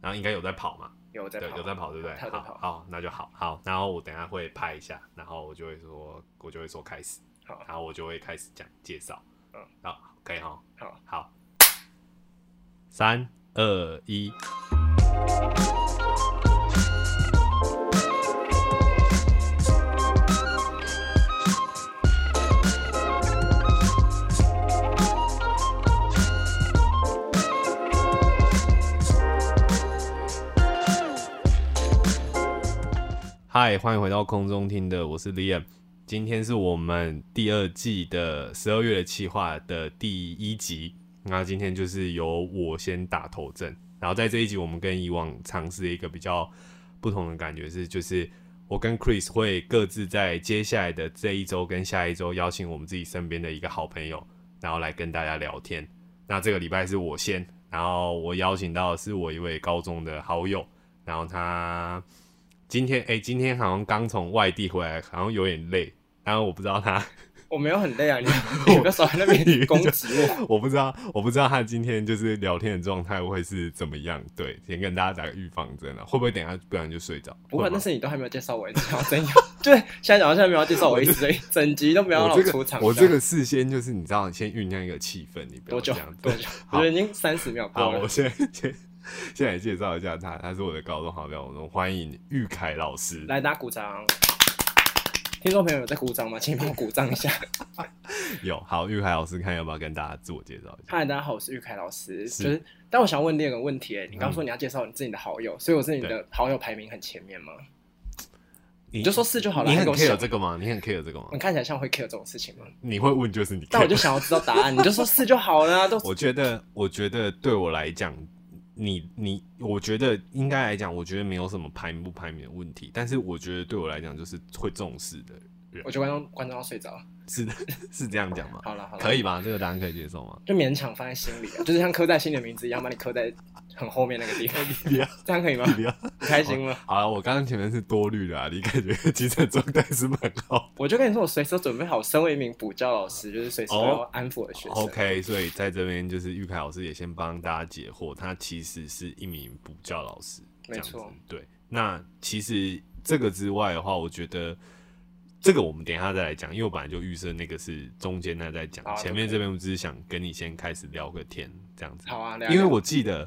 然后应该有在跑嘛，有在对，跑，有在跑，对不对？他有在好，跑好，那就好，好。然后我等一下会拍一下，然后我就会说，我就会说开始，好然后我就会开始讲介绍。嗯，好，可以哈。好，好，三二一，嗨，欢迎回到空中听的，我是 Liam。今天是我们第二季的十二月的企划的第一集。那今天就是由我先打头阵，然后在这一集我们跟以往尝试一个比较不同的感觉是，就是我跟 Chris 会各自在接下来的这一周跟下一周邀请我们自己身边的一个好朋友，然后来跟大家聊天。那这个礼拜是我先，然后我邀请到的是我一位高中的好友，然后他今天哎、今天好像刚从外地回来，好像有点累，然后我不知道他 我没有很累啊，你你不要少在那边攻击我。我不知道，我不知道他今天就是聊天的状态会是怎么样。对，先跟大家打个预防针啊了，会不会等一下不然就睡着？不过会吗那是你都还没有介绍我一次，然后真有对，现在讲到现在没有介绍我一次，所以整集都不要让我这出个场。我这个事先就是你知道，先酝酿一个气氛，你不多要这久样多子。久？我好觉得已经三十秒 好，过我了。先 先先来介绍一下他，他是我的高中好朋友，我们欢迎玉凯老师。来，大家鼓掌。听众朋友有在鼓掌吗？请帮我鼓掌一 下。有好，玉凯老师，看要不要跟大家自我介绍一下？嗨，大家好，我是玉凯老师。是嗯就是，但我想问你一个问题，你刚刚说你要介绍你自己的好友，所以我是你的好友排名很前面吗？哦你你就说是就好了，你很还给我想 care 这个吗？你很 care 这个吗你？看起来像会 care 这种事 情吗？你会问就是你 care，但我就想要知道答案，你就说是就好了啊、都我觉得，我觉得对我来讲，你你，我觉得应该来讲，我觉得没有什么排名不排名的问题。但是我觉得对我来讲，就是会重视的人我，觉得观众观众要睡着了。是 是这样讲吗？好了好了，可以吧？这个答案可以接受吗？就勉强放在心里啊， 就是像刻在心里的名字一样，把你刻在很后面那个地方， 不要这样可以吗？不要！你开心吗？啊好了，我刚刚前面是多虑了啊，你感觉精神状态是蛮好我就跟你说，我随时都准备好，身为一名补教老师，就是随时都要安抚我的学的。生。哦 OK，所以在这边就是玉凯老师也先帮大家解惑，他其实是一名补教老师，这没样子错。对，那其实这个之外的话，我觉得这个我们等一下再来讲，因为我本来就预设那个是中间那再讲，好啊前面这边我只是想跟你先开始聊个天这样子。好啊，因为我我记得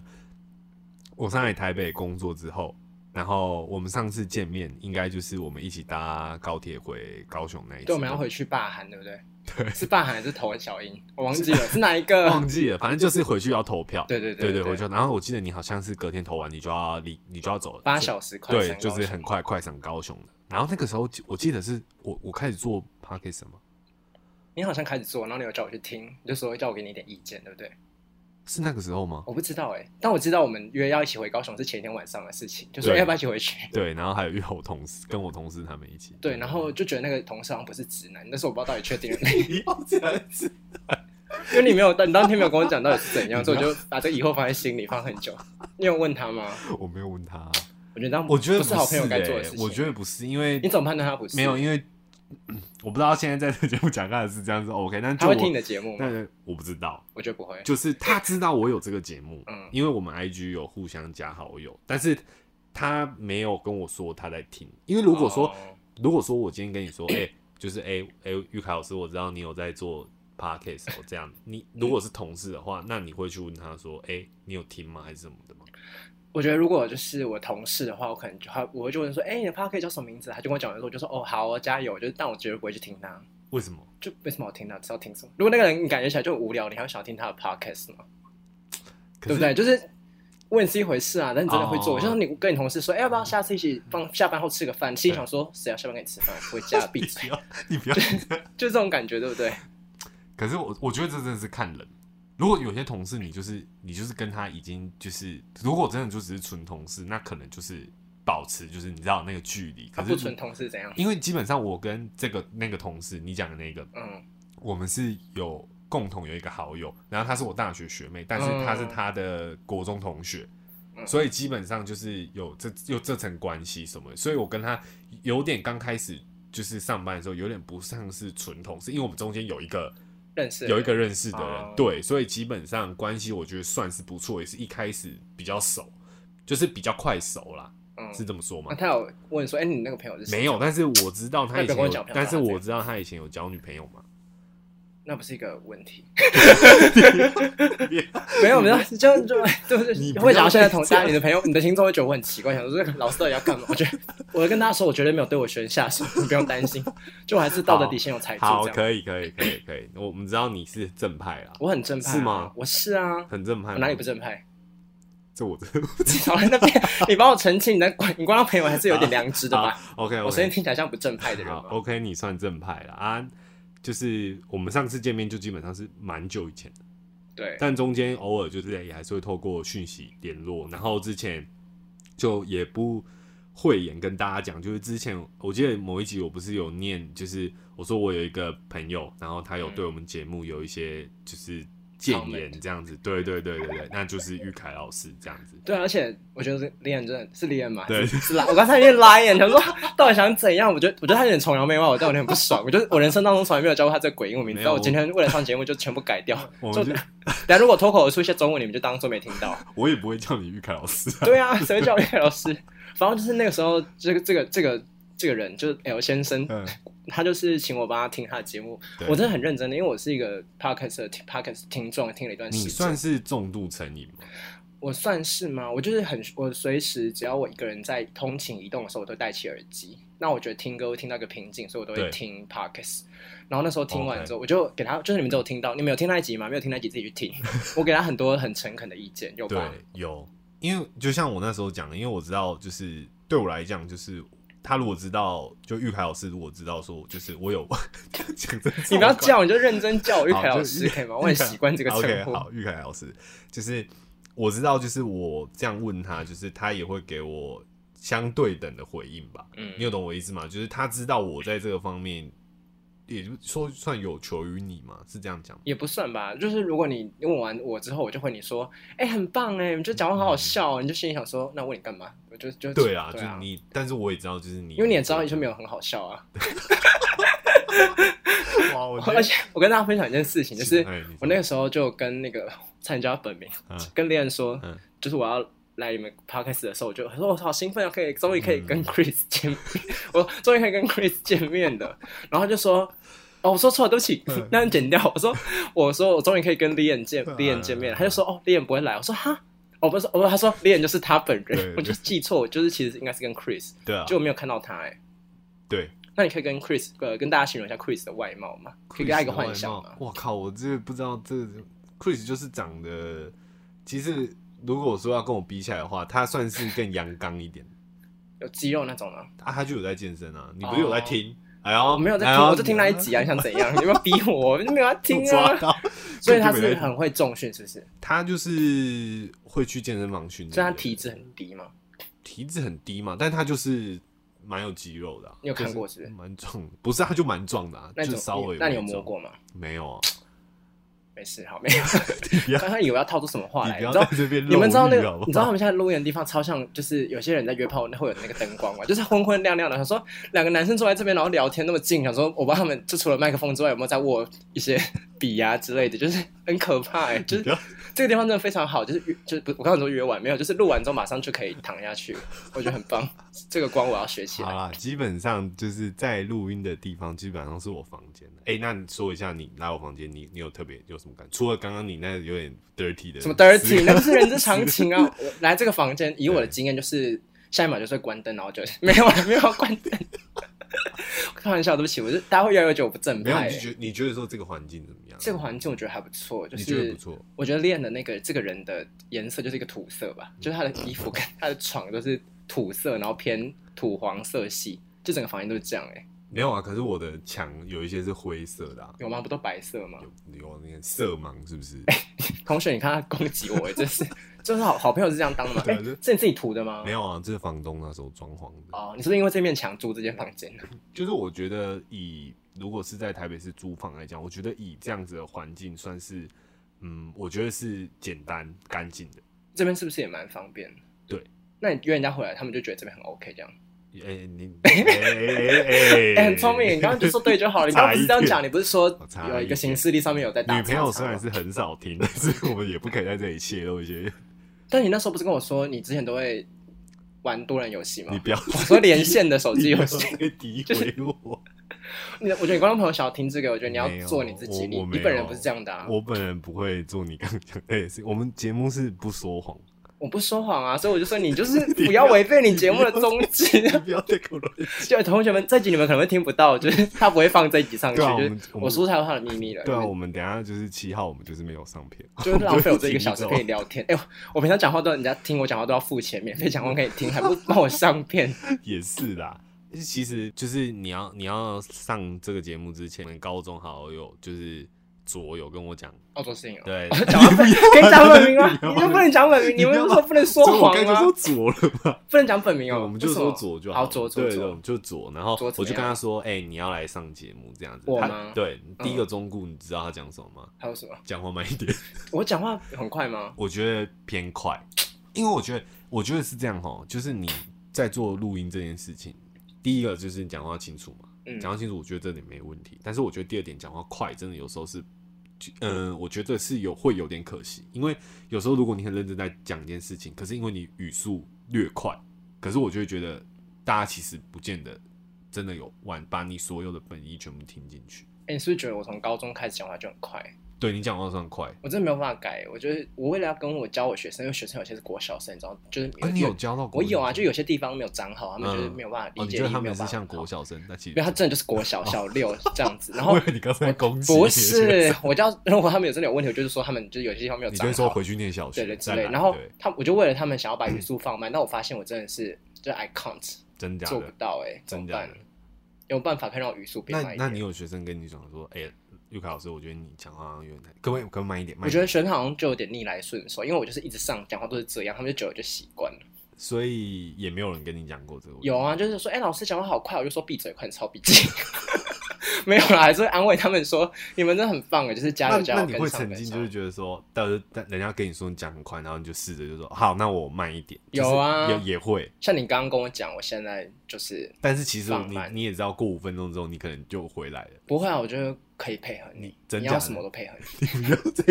我上来台北工作之后，然后我们上次见面应该就是我们一起搭高铁回高雄那一次，对我们要回去霸韩，对不对？对，是霸韩还是投小英？我忘 记了是哪一 个？忘记了，反正就是回去要投票。对对对对回去要。然后我记得你好像是隔天投完，你就要离，你就要走了。八是小时快对，闪就高是雄很快快闪高雄的。然后那个时候我记得是我我开始做 p o c k e t 吗？你好像开始做，然后你有叫我去听，你就说叫我给你一点意见，对不对？是那个时候吗？我不知道哎、但我知道我们约要一起回高雄是前一天晚上的事情，就说对要不要一起回去。对，然后还有约我同事跟我同事他们一起。对，然 后就觉得那个同事好像不是直男，但是我不知道到底确定了没，你要这样子，因为你没有，你当天没有跟我讲到底是怎样，所以我就把这个疑惑放在心里放很久。你有问他吗？我没有问他，我觉得这样我觉得嗯不不是是好朋友该做的欸事情。我觉得不是，因为你怎么判断他不是？没有，，因为 嗯我不知道现在在这节目讲他的是这样子 OK，但他就会听你我的节目吗？但我不知道，我觉得不会。就是他知道我有这个节目，嗯因为我们 IG 有互相加好友，但是他没有跟我说他在听，因为如果说、哦如果说我今天跟你说，哎、就是哎哎、玉凯老师，我知道你有在做 podcast 哦，这样，你如果是同事的话，那你会去问他说，哎、你有听吗，还是什么的吗？我觉得如果就是我同事的话，我可能就他我会就问说，哎、你的 p a r k 叫什么名字？他就跟我讲完之后，我就说，哦，好哦，加油。就是，但我绝对不会去听他，为什么？就为什么我听他？知道听什么？如果那个人你感觉起来就很无聊，你还会想要听他的 podcast 吗？可是对不对？就是问是一回事啊，但你真的会做，哦嗯就像你跟你同事说，哎、要不要下次一起帮下班后吃个饭？心里想说，谁要下班跟你吃饭？回家闭嘴， 你不要，你 不要。就这种感觉，对不对？可是我我觉得这真的是看人。如果有些同事你就是你就是跟他已经就是，如果真的就只是纯同事，那可能就是保持就是你知道那个距离。他可不纯是同事怎样？因为基本上我跟这个那个同事，你讲的那个，嗯，我们是有共同有一个好友，然后她是我大学学妹，但是嗯她是她的国中同学，嗯所以基本上就是有这有这层关系什么的，所以我跟她有点刚开始就是上班的时候有点不像是纯同事，因为我们中间有一个认识有一个认识的人，哦对，所以基本上关系我觉得算是不错，也是一开始比较熟。就是比较快熟啦，嗯，是这么说吗那？他有问说，哎，你那个朋友是谁没有，，但是我知道他以前那不要跟我有讲，不要但讲是我知道他以前有交女朋友嘛。那不是一个问 题。没有没有，就就就是你不要会讲到现在同这样家你的朋友、你的听众会觉得我很奇怪，想说这个老师到底要干嘛？我觉得我跟大家说，我绝对没有对我学生下手，你不用担心，哎就我还是道德底线有踩住好，这样。可以，可以，可以，可以。我们知道你是正派啦，我很正派、啊，是吗嗯我是啊，很正派。我哪里不？正派？ 这我真的你少来那边， 你帮我澄清，你的你光当朋友还是有点良知的吧？好啊 OK，我声音听起来像不正派的人好吗？ ，OK，你算正派了啊。就是我们上次见面就基本上是蛮久以前的，对，但中间偶尔就是也还是会透过讯息联络，然后之前就也不讳言跟大家讲，就是之前我记得某一集我不是有念，就是我说我有一个朋友，然后他有对我们节目有一些就是谏言 Comment 这样子，对对对对对，那就是玉凯老师这样子。对啊，而且我觉得是 Lian 真的是 Lian 嘛，对是是啦。我刚才有点 Lian，想说到底想怎样？我觉得我觉得他有点崇洋媚外，我但我有点不爽。我觉得我人生当中从来没有教过他这个鬼英文名字，没有但我今天为了上节目就全部改掉。我就们就 等下如果脱口而出一些中文，你们就当做没听到。 我也不会叫你玉凯老师啊，对啊，谁会叫叶老师？反正就是那个时候，这个这个这个这个人就是 L 先生， 嗯，他就是请我帮他听他的节目，对我真的很认真的，因为我是一个 podcast 的 podcast 听众，听了一段时间。你算是重度成瘾吗？我算是吗？我就是很，我随时只要我一个人在通勤移动的时候，我都戴起耳机。那我觉得听歌会听到一个瓶颈，所以我都对会听 podcast。然后那时候听完之后我就给他，就是你们都有听到，你们有听那一集吗？没有听那一集自己 去听。我给他很多很诚恳的意见，有对吧？，有，因为就像我那时候讲的，因为我知道，就是对我来讲，就是他如果知道，就玉凯老师如果知道说，就是我有 讲真，你不要叫，你就认真叫我玉好凯就老是师 可以吗？我很习惯这个 OK，称呼。好，玉凯老师，就是我知道，就是我这样问他，就是他也会给我相对等的回应吧。嗯你有懂我意思吗？就是他知道我在这个方面，也就说算有求于你嘛，是这样讲吗。也不算吧，就是如果你问完我之后，我就回你说，哎、很棒哎、你就讲话好好笑哦、你就心里想说，那问你干嘛？我就就嗯对啊，就对是你，但是我也知道，就是你，因为你也知道，就没有。有很好笑啊。哇，我觉得而且 我跟大家分享一件事情，就是哎你说我那个时候就跟那个参加本名，嗯跟恋人说嗯，就是我要来你们 podcast 的时候，我就我说我好兴奋啊，可嗯以终于可 以跟 Chris 见 面，我终于可以跟 Chris 见面的。然后他就说，哦，我说错了，对不起嗯，那你剪掉。我说，我说我终于可以跟 Lian 见嗯 Lian 见面嗯嗯了。他就说，哦，Lian 不会来。我说哈。哦，不是，哦，他说 Lian 就是他本对人，我就记错，我就是其实应该是跟 Chris，对啊，就我没有看到他哎。对，那你可以跟 Chris 呃跟大家形容一下 Chris 的外貌吗？可以给他一个幻想啊吗？我哦靠，我这不知道这 Chris 就是长得，其实如果说要跟我比起来的话，他算是更阳刚一点有肌肉那种吗？啊，他就有在健身啊，你不是有在听？哎呦，哦我没有在听，哎呦我就听那一 集啊，你想怎样？你们逼我，我就没有要听抓啊。到， 所以他就没是在很会重训，是不是？他就是会去健身房训练，所以他体脂很低嘛。体脂很低嘛，但他就是蛮有肌肉的啊、你有看过就是不是蛮壮，不是他就蛮壮的、啊，那就是你怎稍微么？那你有点摸壮？过吗？没有啊，没事，好，没 有。刚刚以为要套出什么话你来，不你要知道在？这边你们知道那肉欲好个不好？你知道他们现在录音的地方超像，就是有些人在约炮会有那个灯光嘛，就是昏昏亮亮的。想说两个男生坐在这边，然后聊天那么近，想说我帮他们，就除了麦克风之外，有没有在握一些 笔呀、之类的，就是很可怕哎、就你不是要这个地方真的非常好，就是约，就是不，我刚才说约完没有，就是录完之后马上就可以躺下去，我觉得很棒。这个光我要学起好来。啦，基本上就是在录音的地方，基本上是我房间的。哎、那你说一下你来我房间，你你有特别有什么感除了刚刚你那有点 dirty 的什么思 dirty，考那就是人之常情啊。我来这个房间，以我的经验就是下一秒就是会关灯，然后就没有啊了，没有要关灯。 开玩笑，对不起，我就大家会越来越觉得我不正没有，派、你就欸。觉得你觉得说这个环境怎么样？这个环境我觉得还不错，就你觉得是不错，我觉得练的那个这个人的颜色就是一个土色吧，就是他的衣服跟他的床都是土色，然后偏土黄色系，就整个房间都是这样哎、欸。没有啊？可是我的墙有一些是灰色的、啊，有吗？不都白色吗？有有那个色盲是不是？哎同学，你看他攻击我，欸真是， 就是好好朋友是这样当的吗？对哎、啊就这你自己涂的吗？没有啊，这是房东那时候装潢的。哦，你是不是因为这面墙住这间房间？啊就是我觉得以如果是在台北市租房来讲，我觉得以这样子的环境算是，嗯，我觉得是简单干净的。这边是不是也蛮方便？对，那你约人家回来，他们就觉得这边很 OK 这样。哎、你哎哎哎 哎、很聪明，你刚刚就说对就好了。你刚刚不是这样讲，你不是说 我差一点有一个行事历上面有在打女朋友叉叉虽吗 啊然是很少听，但是我们也不可以在这里泄露一些。但你那时候不是跟我说，你之前都会玩多人游戏吗你？不要我说连线的手机游戏， 你诋毁我。 你我觉得你观众朋友想要听这个，我觉得你要没有做你自己，我你我没你有本人不是这样的 啊，我我本人不会做你刚刚讲的事情，我们节目是不说 谎，不说谎啊，所以我就说你就是 你不要违背你节目的宗旨你。不要再跟我乱讲。 就同学们，这集你们可能会听不到，就是他不会放这一集上去，对啊，我就们是我我们说出来他的秘密了，对啊，我们等一下就是七号，我们就是没有上片， 就是浪费我这一个小时可以聊天。哎、我我平常讲话都人家听我讲话都要付钱，免费讲话可以听，还不帮我上片？也是啦。其实就是你要你要上这个节目之前，高中好友就是左有跟我讲，澳洲摄影哦，对，我 讲完本可以讲本 名吗？不要你就不能讲本名？你们不是说不能说所以我谎啊刚才吗说？左了嘛，不能讲本名哦，我们就为什么说左就好了，好左左对对，我左们。就左。然后左我怎么就样跟他说，哎，你要来上节目这样子。我他吗对，第一个中顾，你知道他讲什么吗？还有什么？讲话慢一点。 我讲话很快吗？我觉得偏快，因为我觉得我觉得是这样哦，就是你在做录音这件事情，第一个就是你讲话清楚嘛，嗯讲话清楚，我觉得这点没问题。但是我觉得第二点讲话快，真的有时候是，嗯、我觉得是有会有点可惜，因为有时候如果你很认真在讲一件事情，可是因为你语速略快，可是我就会觉得大家其实不见得真的有完把你所有的本意全部听进去。哎、你是不是觉得我从高中开始讲话就很快？对你讲话算快，我真的没有办法改。我觉得我为了要跟我教我学生，因为学生有些是国小生，你知道，就是啊，你有教到我国有啊，小就有些地方没有长好，他们就是嗯没有办法哦，理你解觉力，得他没们有是办法像国小生，但其因实为他真的就是国 小小六这样子，然后我以为你刚才攻击，不是，我就要如果他们有真的有问题，我就是说他们就是有些地方没 有你就长会说好，回去念小学， 对对之再类。来然后对他我就为了他们想要把语速放慢，但我发现我真的是就是 I can't 真假做不的，到哎、怎真么假办的？。有办法可以让我语速变慢那一那你点？有学生跟你讲说，哎，玉凯老师，我觉得你讲话好像有点太，可不可以可不可以慢一点？慢嗯我一觉得点学生好像就有点逆来顺受，因为我就是一直上讲话都是这样，他们就久了就习惯了。所以也没有人跟你讲过这个问题。有啊，就是说，哎、老师讲话好快，我就说闭嘴，快点抄笔记。 没有啦，还是会安慰他们说，你们真的很棒哎，就是加那油加那油，你会跟上曾跟经上就是。觉得说，但是但人家跟你说你讲很快，然后你就试着就说好，那我慢一点。就是有啊也也会，像你刚刚跟我讲，我现在就是但是其实放你慢你也知道，过五分钟之后你可能就回来了。不会啊，我觉得可以配合你，真你假要的什么都配合你。你不要再，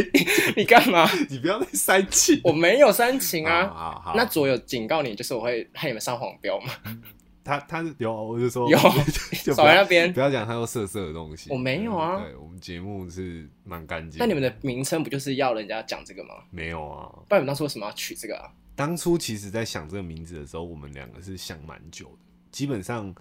你 干嘛？你不要再生气。我没有煽情好啊。好好，那左有警告你，就是我会害你们上黄标嘛。他他是有， 我就说有就不少在要那边不。要讲他有色色的东西。我没有嗯啊对我们节目是蛮干净。那你们的名称不就是要人家讲这个吗？没有啊？不然你们当初为什么要取这个啊？当初其实，在想这个名字的时候，我们两个是想蛮久的。基本上，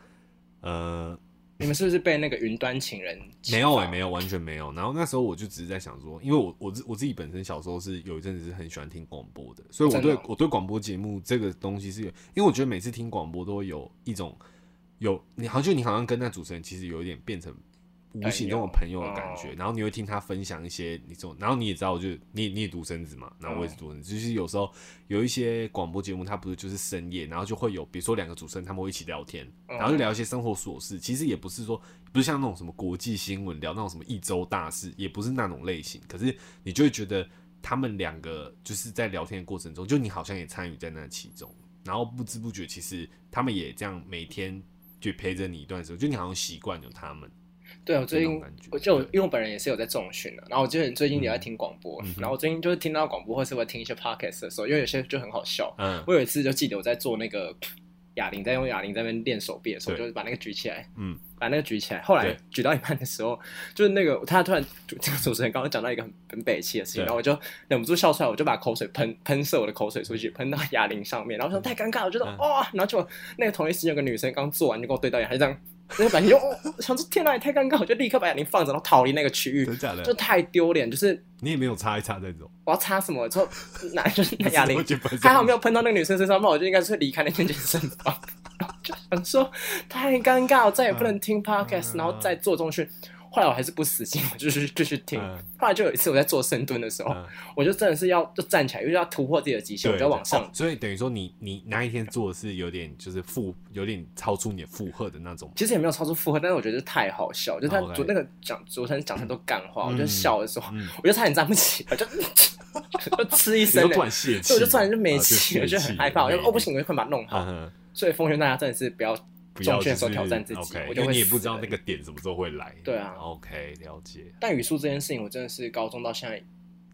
呃，你们是不是被那个云端情人？没有欸也、没有。有，完全没有。然后那时候我就只是在想说，因为我我自我自己本身小时候是有一阵子是很喜欢听广播的，所以我真的对哦我对广播节目这个东西是有，因为我觉得每次听广播都会有一种有你好像就你好像跟那主持人其实有一点变成无形中的朋友的感朋觉友，然后你会听他分享一些你这种，然后你也知道，就是你你也独生子嘛，然后我也是独生嗯子，就是有时候有一些广播节目，它不是就是深夜，然后就会有比如说两个主持人他们会一起聊天，嗯然后就聊一些生活琐事，其实也不是说不是像那种什么国际新闻聊那种什么一周大事，也不是那种类型，可是你就会觉得他们两个就是在聊天的过程中，就你好像也参与在那其中，然后不知不觉其实他们也这样每天。就陪着你一段时间，就你好像习惯有他们，对，我最这种近感觉我就对嗯因为我本人也是有在重训的，然后我最近最近也在听广播，然后我最近就是听到广播或是会听一些 podcast 的时候，因为有些就很好笑，嗯我有一次就记得我在做那个哑铃，在用哑铃在那边练手臂的时候，对就是把那个举起来，嗯，把那个举起来。后来对举到一半的时候，就是那个他突然这个主持人刚刚讲到一个很很北气的事情，对然后我就忍不住笑出来，我就把口水喷喷射我的口水出去，喷到哑铃上面，然后说太尴尬了，我觉得嗯哇、然后就那个同一时间有个女生刚做完就跟我对到眼，她就这样。那个表情就、哦、想说天哪，也太尴尬，我就立刻把哑铃放着，然后逃离那个区域真，假的就？太丢脸。就是你也没有擦一擦再走，我要擦什么之后，拿就是 拿哑铃哎还还好没有。有喷到那个女生身上，不然我就应该是会离开那间健身房。 就想说太尴尬，我再也不能听 podcast，、嗯然后再做中训。后来我还是不死心，我就是继续听。嗯后来就有一次我在做深蹲的时候，嗯我就真的是要就站起来，因为要突破自己的极限，对，我就要往上。哦所以等于说你你那一天做的是有点就是负，有点超出你的负荷的那种。其实也没有超出负荷，但是我觉得就太好笑，就是他 OK 昨那个讲昨天讲的都干话，我就嗯笑的时候，嗯我就差点站不起，我就 就吃一你就身欸，突然泄气，所以我就突然就没啊气，我泄就很害怕，我就没哦不行，我就快把它弄好。嗯哼所以奉劝大家真的是不要不要中就训是的时候挑战自己， OK，因我就为会你也不死知道人那个点什么时候会来。对啊，OK，了解。但语速这件事情，我真的是高中到现在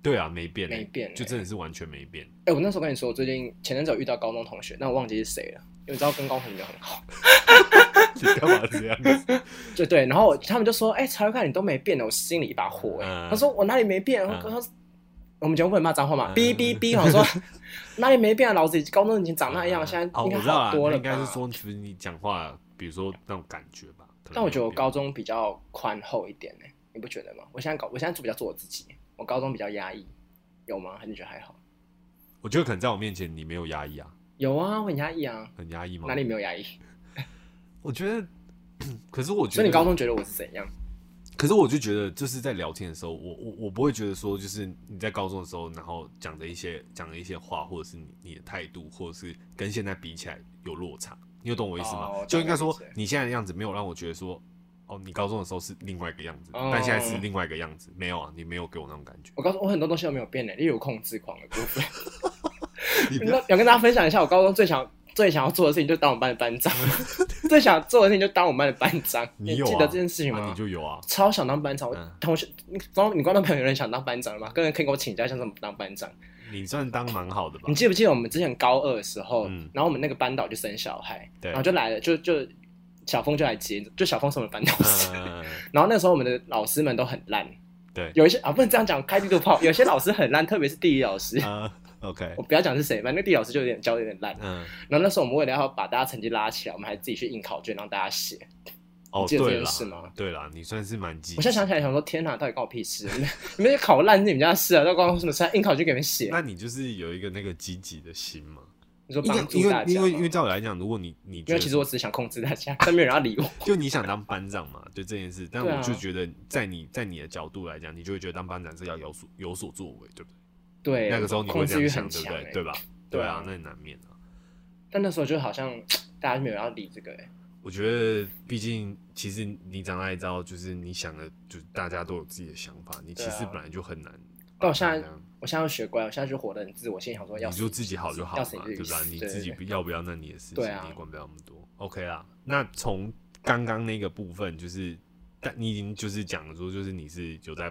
对啊，没变欸，没变欸就真的是完全没变。 哎、我那时候跟你说，我最近前阵子有遇到高中同学，但我忘记是谁了，因为你知道跟高中没有很好。你干嘛这样子？对对，然后我他们就说：“哎、查查看你都没变的，我心里一把火。”哎嗯，他说：“我哪里没变？”嗯我说：“我们节目不能骂脏话嗯？”嘛哔哔哔，我说 哪里没变啊？老子高中已经长那样，现在哦，应该我知道好啦，多那了。应该是，说，就是你讲话，比如说那种感觉吧。可能但我觉得我没有高中比较宽厚一点呢、你不觉得吗？我现在搞，我现在比较做我自己，我高中比较压抑，有吗？还是你觉得还好？变，我觉得可能在我面前你没有压抑啊，有啊，我很压抑啊，很压抑吗？哪里没有压抑？我觉得， 可是我觉所得以你高中觉得我是怎样？可是我就觉得，就是在聊天的时候，我我我不会觉得说，就是你在高中的时候，然后讲的一些讲的一些话，或者是你你的态度，或者是跟现在比起来有落差，你有懂我意思吗？哦我懂就应该我说理解，你现在的样子没有让我觉得说，哦，你高中的时候是另外一个样子，哦但现在是另外一个样子，没有啊，你没有给我那种感 觉。我告诉我很多东西都没有变呢、例如控制狂的部分。 你不那要 想跟大家分享一下，我高中最想最想要做的事情就是当我们班的 班长，最想做的事情就是当我们班的班长。你有、啊、记得这件事情吗？啊你就有啊，超想当班长，我嗯同学，你光你光当朋友有人想当班长了吗？跟人可以跟我请教一下怎么当班长。你算当蛮好的吧你？记不记得我们之前高二的时候，嗯然后我们那个班导就生小孩，对然后就来了，就就小峰就来接，就小峰是我们班导师。嗯， 然后那时候我们的老师们都很烂，对，有一些啊不能这样讲，开地图 炮，有些老师很烂，特别是地理老师。啊，OK，我不要讲是谁，反正地理老师就有点教的有点烂。嗯，然后那时候我们为了要把大家成绩拉起来，我们还自己去印考卷让大家写。哦，记得这对件啦事吗？对啦，你算是蛮积极我现在想起来想说，天哪，到底关我屁事？你们你们考烂是你们家的事啊，到底关我什么事啊？印考卷给你们写，那你就是有一个那个积极的心嘛？你说因为帮助因大为家因为因为吗照理来讲，如果你你觉因得为其实我只是想控制大家，但没有人要理我。就你想当班长嘛，对这件事，但对啊我就觉得在你在你的角度来讲，你就会觉得当班长是要有所有所作为，对不对？对，那个时候你会控这制样欲想，很对不强、对？欸，对吧？对对啊啊，那也难免啊。但那时候就好像大家没有人要理这个、欸，我觉得，毕竟其实你长大一招，就是你想的，就是大家都有自己的想法，你其对实啊本来就很难。但我现在我现在又学乖，我现在就活得很自我，现在想说哦要你死就自己好就好要嘛，死对就吧？死你对自己对对要不要那你的事情，对啊你管不了那么多。OK 啦，那从刚刚那个部分，就是但你已经就是讲说，就是你是有在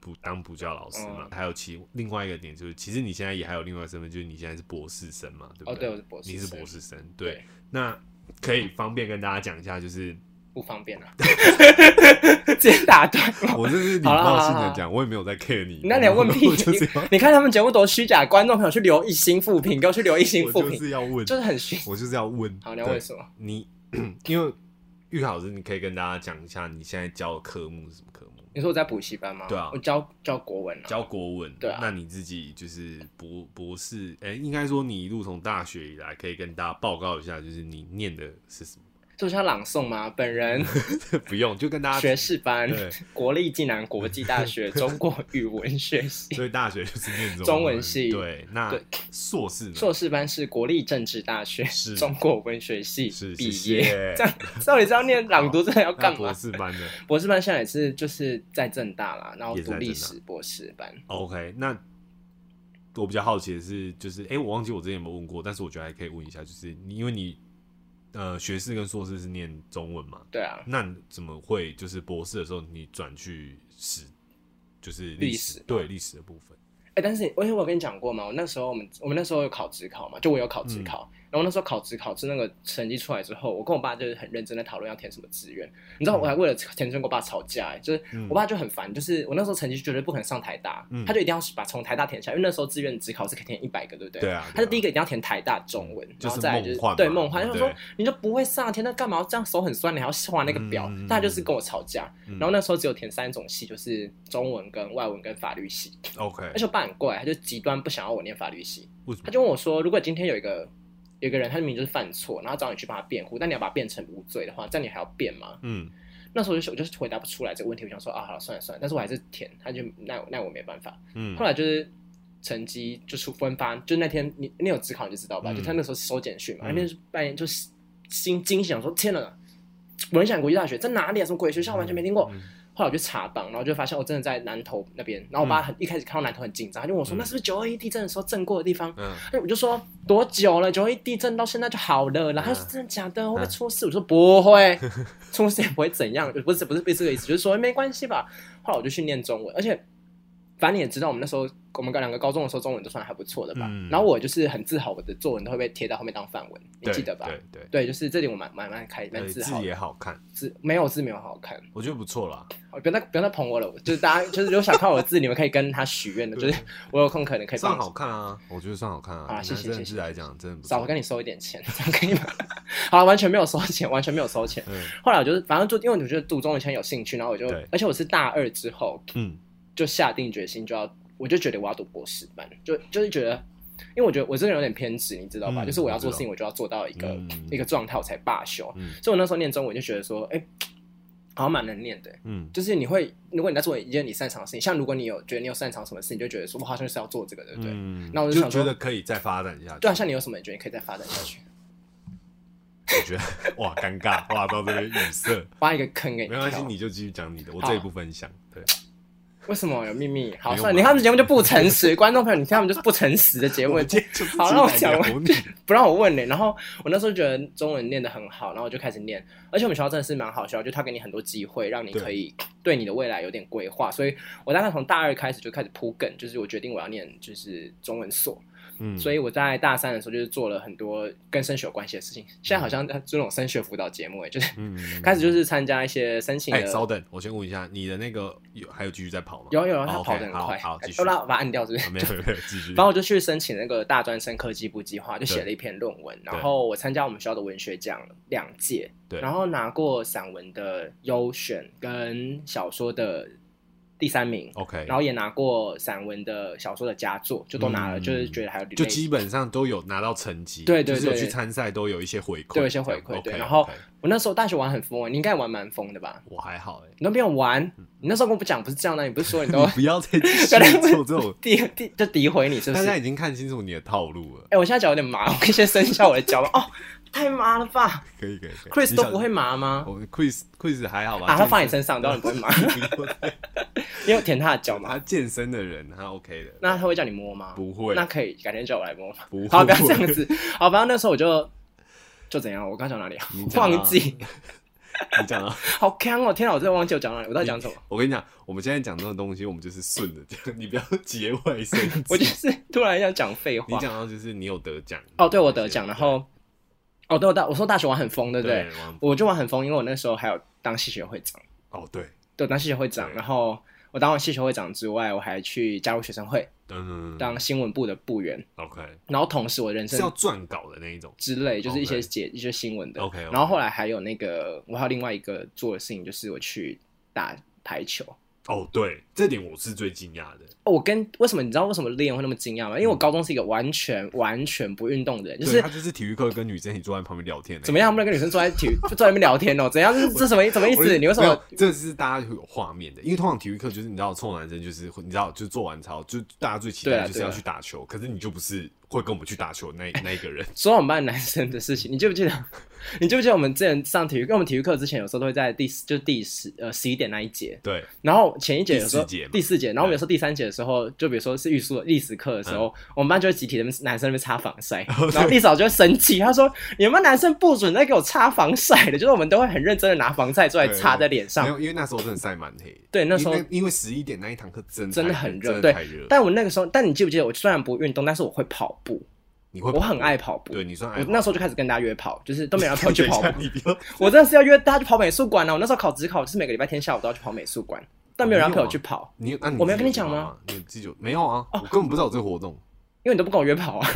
补当补教老师嘛，嗯还有其另外一个点就是，其实你现在也还有另外一个身份，就是你现在是博士生嘛，对不哦，对，对？我是博士，你是博，士生，对。对那可以方便跟大家讲一下，就是不方便 啊，直接打断我。我这是礼好啦貌好啦性好的啦讲，我也没有在 care 你，那你还问屁我就是要你看他们节目多虚假，观众朋友去留一星复评，给我去留一星复我就评，是要问，就是很虚。我就是要问，好，你要对问什么？你 因为玉凯老师，你可以跟大家讲一下你现在教的科目是什么科目？你说我在补习班吗？对啊我教教国文啊。教国文。对啊那你自己就是博博士，哎、应该说你一路从大学以来，可以跟大家报告一下，就是你念的是什么？ 就是要朗诵吗？本人不用，就跟大家学。士班对，国立暨南国际大学中国语文学 系，所以大学就是念中中文系对，那对硕士呢？硕士班是国立政治大学是中国文学系是毕谢 业。谢这样到底是要念朗读，真的要那干博嘛？士班呢博士班现在也是就是在正大啦，然后也是读在历政大史博士班。 ？OK，那我比较好奇的是，就是哎、诶我忘记我之前有没有问过，但是我觉得还可以问一下，就是你因为你呃学士跟硕士是念中文嘛，对啊，那你怎么会就是博士的时候你转去史，就是历史史哦对历史的部分？哎、但是我因为我有跟你讲过嘛，我那时候我们我们那时候有考职考嘛，就我有考职嗯考，然后那时候考职考是那个成绩出来之后，我跟我爸就是很认真的讨论要填什么志愿。你知道我还为了填志愿跟我爸吵架、欸，就是嗯我爸就很烦，就是我那时候成绩绝对不可能上台大，嗯他就一定要把从台大填下来，因为那时候志愿职考是可以填一百个，对不对？对啊他就第一个一定要填台大中文，嗯就然是后再来就是梦幻嘛对梦幻，对他就说你就不会上天，那干嘛要这样手很酸？你还要画那个表？嗯但他就是跟我吵架。嗯然后那时候只有填三种系，就是中文、跟外文、跟法律系。 OK，而且我爸很怪，他就极端不想要我念法律系，为什他么？就问我说，如果今天有一个有一个人，他明明就是犯错，然后找你去帮他辩护，但你要把他辩成无罪的话，这样你还要辩吗？嗯，那时候我就我就是回答不出来这个问题，我想说啊，好了，算了算了，但是我还是填，他就那我那我没办法。嗯后来就是成绩就是分发，就那天你你有职考你就知道吧，嗯就他那时候收简讯嘛，嗯那天是半夜就是心惊醒，想说天哪，文想国际大学在哪里啊？什么鬼学校完全没听过。嗯后来我就查榜，然后就发现我真的在南投那边。然后我爸很、一开始看到南投很紧张，他就问我说：“嗯那是不是九二一地震的时候震过的地方？”嗯，那我就说多久了？九二一地震到现在就好了。然后他说嗯真的假的？会不会出事？我说 不会，出事也不会怎样。不是不是不是这个意思，就是说没关系吧。后来我就去念中文，而且反正你也知道，我们那时候我们两个高中的时候中文都算还不错的吧。嗯然后我就是很自豪，我的作文都会被贴到后面当范文，你对记得吧？对对，对，就是这点我蛮蛮蛮开蛮呃自豪字的，也好看，字没有字没有好看，我觉得不错啦。哦不要再不要再捧我了，我就是大家就是如果想看我的字，你们可以跟他许 愿的，就是我有空可能可以算帮好看啊，我觉得算好看啊。好啦以谢谢男生谢谢字来讲，真的不少错。跟你收一点钱，这样可以吗？好，啊完全没有收钱，完全没有收钱。嗯后来我就是，反正就因为我觉得读中文圈有兴趣，然后我就对，而且我是大二之后嗯，就下定决心就要，我就觉得我要读博士班，就就是觉得，因为我觉得我这个人有点偏执，你知道吧？嗯就是我要做我知道事情，我就要做到一个、嗯一个状态我才罢休。嗯所以我那时候念中文就觉得说，哎、好像蛮能念的。嗯就是你会，如果你在做一件你擅长的事情，像如果你有觉得你有擅长什么事情，你就觉得说，我好像就是要做这个，对不对？嗯，那我就就想说觉得可以再发展一下去。对啊，像你有什么，你觉得你可以再发展下去，我觉得哇，尴尬，哇，到这边语 塞。挖一个坑给你没跳。关系，你就继续讲你的，我好这一部分享。 对，为什么有秘密？好，没有算了，嘛你看他们节目就不诚实， 观众朋友，你看他们就是不诚实的节目， 我今天就是好让我只讲想完聊你。 不让我问你。然后我那时候觉得中文念得很好，然后我就开始念，而且我们学校真的是蛮好学校，就他给你很多机会，让你对可以对你的未来有点规划。所以我大概从大二开始就开始铺梗，就是我决定我要念就是中文所，嗯，所以以我在大三的时候就是做了很多跟升学有关系的事情。现在好像在做那种升学辅导节目，哎，就是嗯，嗯开始就是参加一些申请哎，的。稍等，我先问一下，你的那个有还有继续在跑吗？有有有，好他跑得哦 OK，很好快，好，继续。都让我把它按掉，是不是啊？没有没有没有，继续。然后我就去申请那个大专生科技部计划，就写了一篇论文，对然后我参加我们学校的文学奖两届，对然后拿过散文的优选跟小说的第三名， OK，然后也拿过散文的小说的佳作，就都拿了，嗯就是觉得还有就类似基本上都有拿到成绩，对对就是有对去参赛都有一些回馈，都有一些回这样馈，对。 OK，然后 OK 我那时候大学玩很疯，啊你应该玩蛮疯的吧？我还好哎，你都没有玩，你那时候跟我不讲不是这样的，啊你不是说你都，你不要再继续做这种 诋诋就诋毁你是不大是？家已经看清楚你的套路了。哎、我现在脚有点麻，我可以先伸一下我的脚吗？哦，太麻了吧可以可以可以，Chris 你都小不会麻吗？我 Quiz Quiz 还好吧？啊啊，他放你健身身上，当然不会骂，不用 因为我舔他的脚嘛。他健身的人他 OK 的，那他会叫你摸吗？不会那可以，改天叫我来摸吗？不会好，不要这样子。好，反正那时候我就就怎样，我刚讲哪里啊你？讲啊忘记， 你讲啊，好坑哦！天哪，我真的忘记我讲哪里，我到底讲什么？我跟你讲，我们现在讲这种东西，我们就是顺着讲， 你不要节外生 我就枝。是突然想讲废你话。讲到就是你有得奖哦，对，我得奖，然后哦，对，我大我说大学玩很疯，对不对？对，王我就玩很疯，因为我那时候还有当系学会长，哦对，对，我当系学会长，对然后我当完系学会长之外，我还去加入学生会，嗯当新闻部的部员， ，OK 然后同时我人是生要撰稿的那一种，之类，就是一些 OK 解一些新闻的。 OK，OK 然后后来还有那个，我还有另外一个做的事情，就是我去打排球。哦对，这点我是最惊讶的，哦我跟为什么你知道为什么练会那么惊讶吗？因为我高中是一个完全完全不运动的人，就嗯对是他就是体育课跟女生一起坐在旁边聊天那种，怎么样，他们那个女生坐在 体育就坐在那边聊天哦，怎样？这这什么什么意我就思？你为什没么有？这是大家会有画面的，因为通常体育课就是你知道，臭男生就是会你知道，就是做完操，就大家最期对待啊就是对啊要去打球，可是你就不是会跟我们去打球的那那一个人。说到我们班男生的事情，你记不记得？你记不记得我们之前上体育？因为我们体育课之前有时候都会在第四，就是第十呃十一点那一节， 对，然后前一节有时候第四节嘛第四节，然后我们有时候第三节的时候，就比如说是预数历史课的时候，嗯我们班就会集体在那边男生在那边擦防 晒，然后历史老师就会生气，他说你们班男生不准再给我擦防晒了，就是我们都会很认真的拿防晒出来对擦在脸没上。有，因为那时候真的晒蛮黑的。对那时候因为因为十一点那一堂课真真的太很热真对的太热。但我那个时候，但你记不记得我虽然不运动，但是我会跑步，你会我跑很步爱，跑步。对你算爱我跑那时候就开始跟大家约跑，就是都没人陪我去跑步等一下。你不要我真的是要约大家去跑美术馆啊！我那时候考职考，就是每个礼拜天下午都要去跑美术馆，但没有人要陪我去跑，你那你我没有自己跟你有讲跑吗哦吗？你有自己有没有啊？我根本不知道有这个活动。因为你都不跟我约跑啊。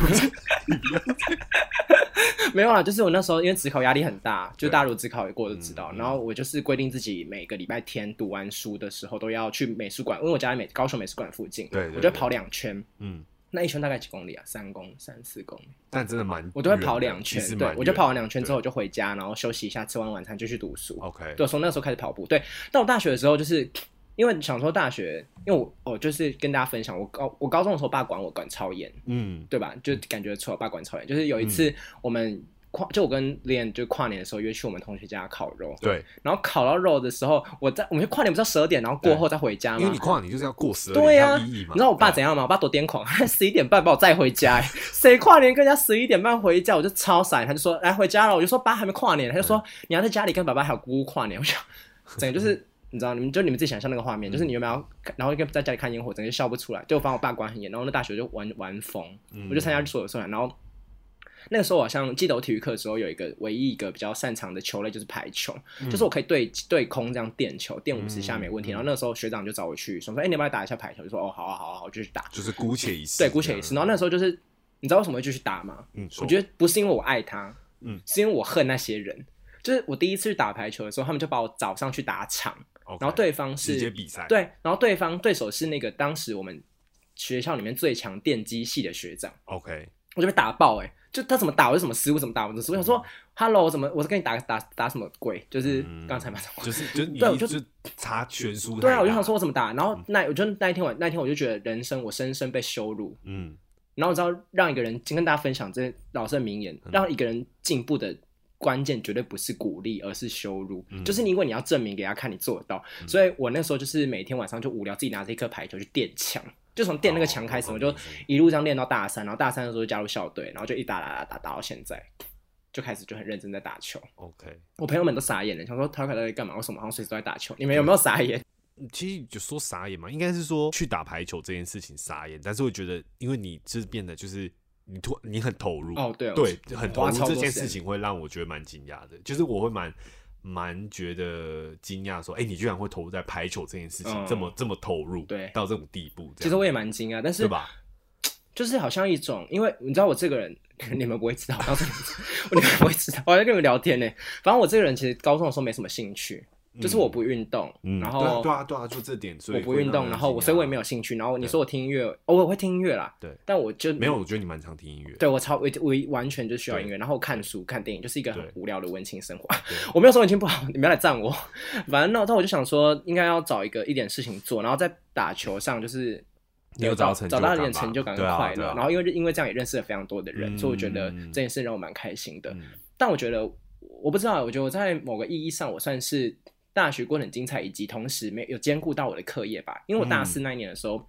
没有啦，就是我那时候因为职考压力很大，就对大陆职考也过就知道，嗯嗯然后我就是规定自己每个礼拜天读完书的时候都要去美术馆，因为我家在美高雄美术馆附近，对对对我就会跑两圈，嗯，那一圈大概几公里啊？三公三四公里，但真的蛮远的，我都会跑两其实圈，蛮对远我就跑完两圈之后对哦我就回家，然后休息一下，吃完晚餐就去读书。 OK，对，从那时候开始跑步。对，到大学的时候，就是因为想说大学，因为我我就是跟大家分享，我高我高中的时候，爸管我管超严，嗯对吧？就感觉除了爸管超严，就是有一次我们跨，就我跟 l i n 就跨年的时候约去我们同学家烤肉，对，然后烤到肉的时候，我在我们就跨年不是十二点，然后过后再回家因为你嗯吗？跨你就是要过十二对点才呀、有意义嘛。你知道我爸对怎样吗？我爸多癫狂，他十一点半把我载回家、欸，谁跨年跟人家十一点半回家，我就超傻，他嗯 就说来回家了，我就说爸还没跨年，他就说你要在家里跟爸爸还有姑姑跨年，我想整个就是你知道，你们就你们自己想象那个画面，嗯就是你有没有，然后一个在家里看烟火，整个笑不出来，就把我爸管很严，然后那大学就玩玩疯，嗯我就参加所有社团，然后那个时候我好像记得我体育课的时候有一个唯一一个比较擅长的球类就是排球，就是我可以对对空这样垫球，垫五十下没问题。嗯嗯然后那个时候学长就找我去，说哎、你要不要打一下排球？就说哦好啊好啊好啊，我就去打，就是姑且一试，对，姑且一试。然后那时候就是你知道为什么会继续打吗？嗯，我我觉得不是因为我爱他，嗯是因为我恨那些人。就是我第一次去打排球的时候，他们就把我找上去打场，得然后对方是直接比赛，，对，然后对方对手是那个当时我们学校里面最强电机系的学长， ，OK，我就被打爆哎、欸就他怎么打我就怎么失误，怎么打我就失误。我想说，Hello，怎么我是跟你打打打什么鬼？就是嗯刚才嘛，什么就是就是你 对我一就直差悬殊，对啊，我就想说，我怎么打，然后嗯那我就那一天晚那一天我就觉得人生我深深被羞辱，嗯，然后你知道让一个人跟大家分享这些老师的名嗯言，让一个人进步的关键绝对不是鼓励，而是羞辱，嗯就是因为你要证明给他看你做得到，所以我那时候就是每天晚上就无聊自己拿着一颗排球去垫墙，就从垫那个墙开始，哦我就一路这样练到大三，然后大三的时候就加入校队，然后就一打打打打打到现在，就开始就很认真在打球。 OK，我朋友们都傻眼了，想说他到底在干嘛？为什么好像随时都在打球？你们有没有傻眼？其实就说傻眼嘛，应该是说去打排球这件事情傻眼，但是我觉得，因为你就是变得就是你突你很投入，哦，对哦，对，很投花入超这多件时事间情会让我觉得蛮惊讶的，就是我会蛮蛮觉得惊讶，说，哎、你居然会投入在排球这件事情、嗯这么这么投入，对到这种地步，这样其实我也蛮惊讶，但是对吧？就是好像一种，因为你知道我这个人，你们不会知道，我告诉你们，你们不会知道，我还在跟你们聊天呢。反正我这个人其实高中的时候没什么兴趣，就是我不运动，嗯，然对啊后对啊对啊，就这点，所以我不运动，然后我所以我也没有有兴趣。然后你说我听音乐，哦，我会听音乐啦，对但我就没有，。我觉得你蛮常听音乐，对我超我我完全就需要音乐，对然后看书看电影，就是一个很对无聊的文青生活对。我没有说文青不好，你们要来赞我。 反正那那我就想说，应该要找一个一点事情做，然后在打球上就是你有找找到成找就到一感点吧成就感跟对啊快乐，对啊然后因为因为这样也认识了非常多的人，嗯所以我觉得这件事让我蛮开心的。嗯但我觉得我不知道，我觉得我在某个意义上我算是大学过得很精彩，以及同时没有兼顾到我的课业吧。因为我大嗯四那一年的时候，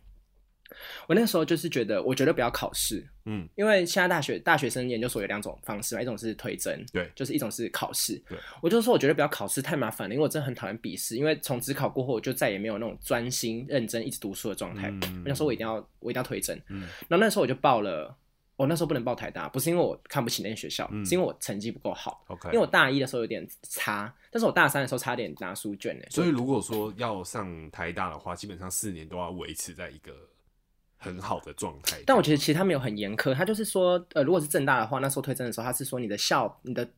我那时候就是觉得我绝对不要考试，嗯，因为现在大学大学生研究所有两种方式嘛，一种是推甄，对就是一种是考试对。我就说我觉得不要考试太麻烦了，因为我真的很讨厌笔试，因为从职考过后，我就再也没有那种专心认真一直读书的状态。嗯我想说我一定要我一定要推甄，嗯然后那时候我就报了。我那时候不能报台大，不是因为我看不起那间学校，嗯是因为我成绩不够好。 ，OK，因为我大一的时候有点差，但是我大三的时候差点拿书卷呢、欸所以如果说要上台大的话，基本上四年都要维持在一个很好的状态。但我觉得其实他没有很严苛，他就是说，呃，如果是正大的话，那时候推甄的时候，他是说你的校、你的、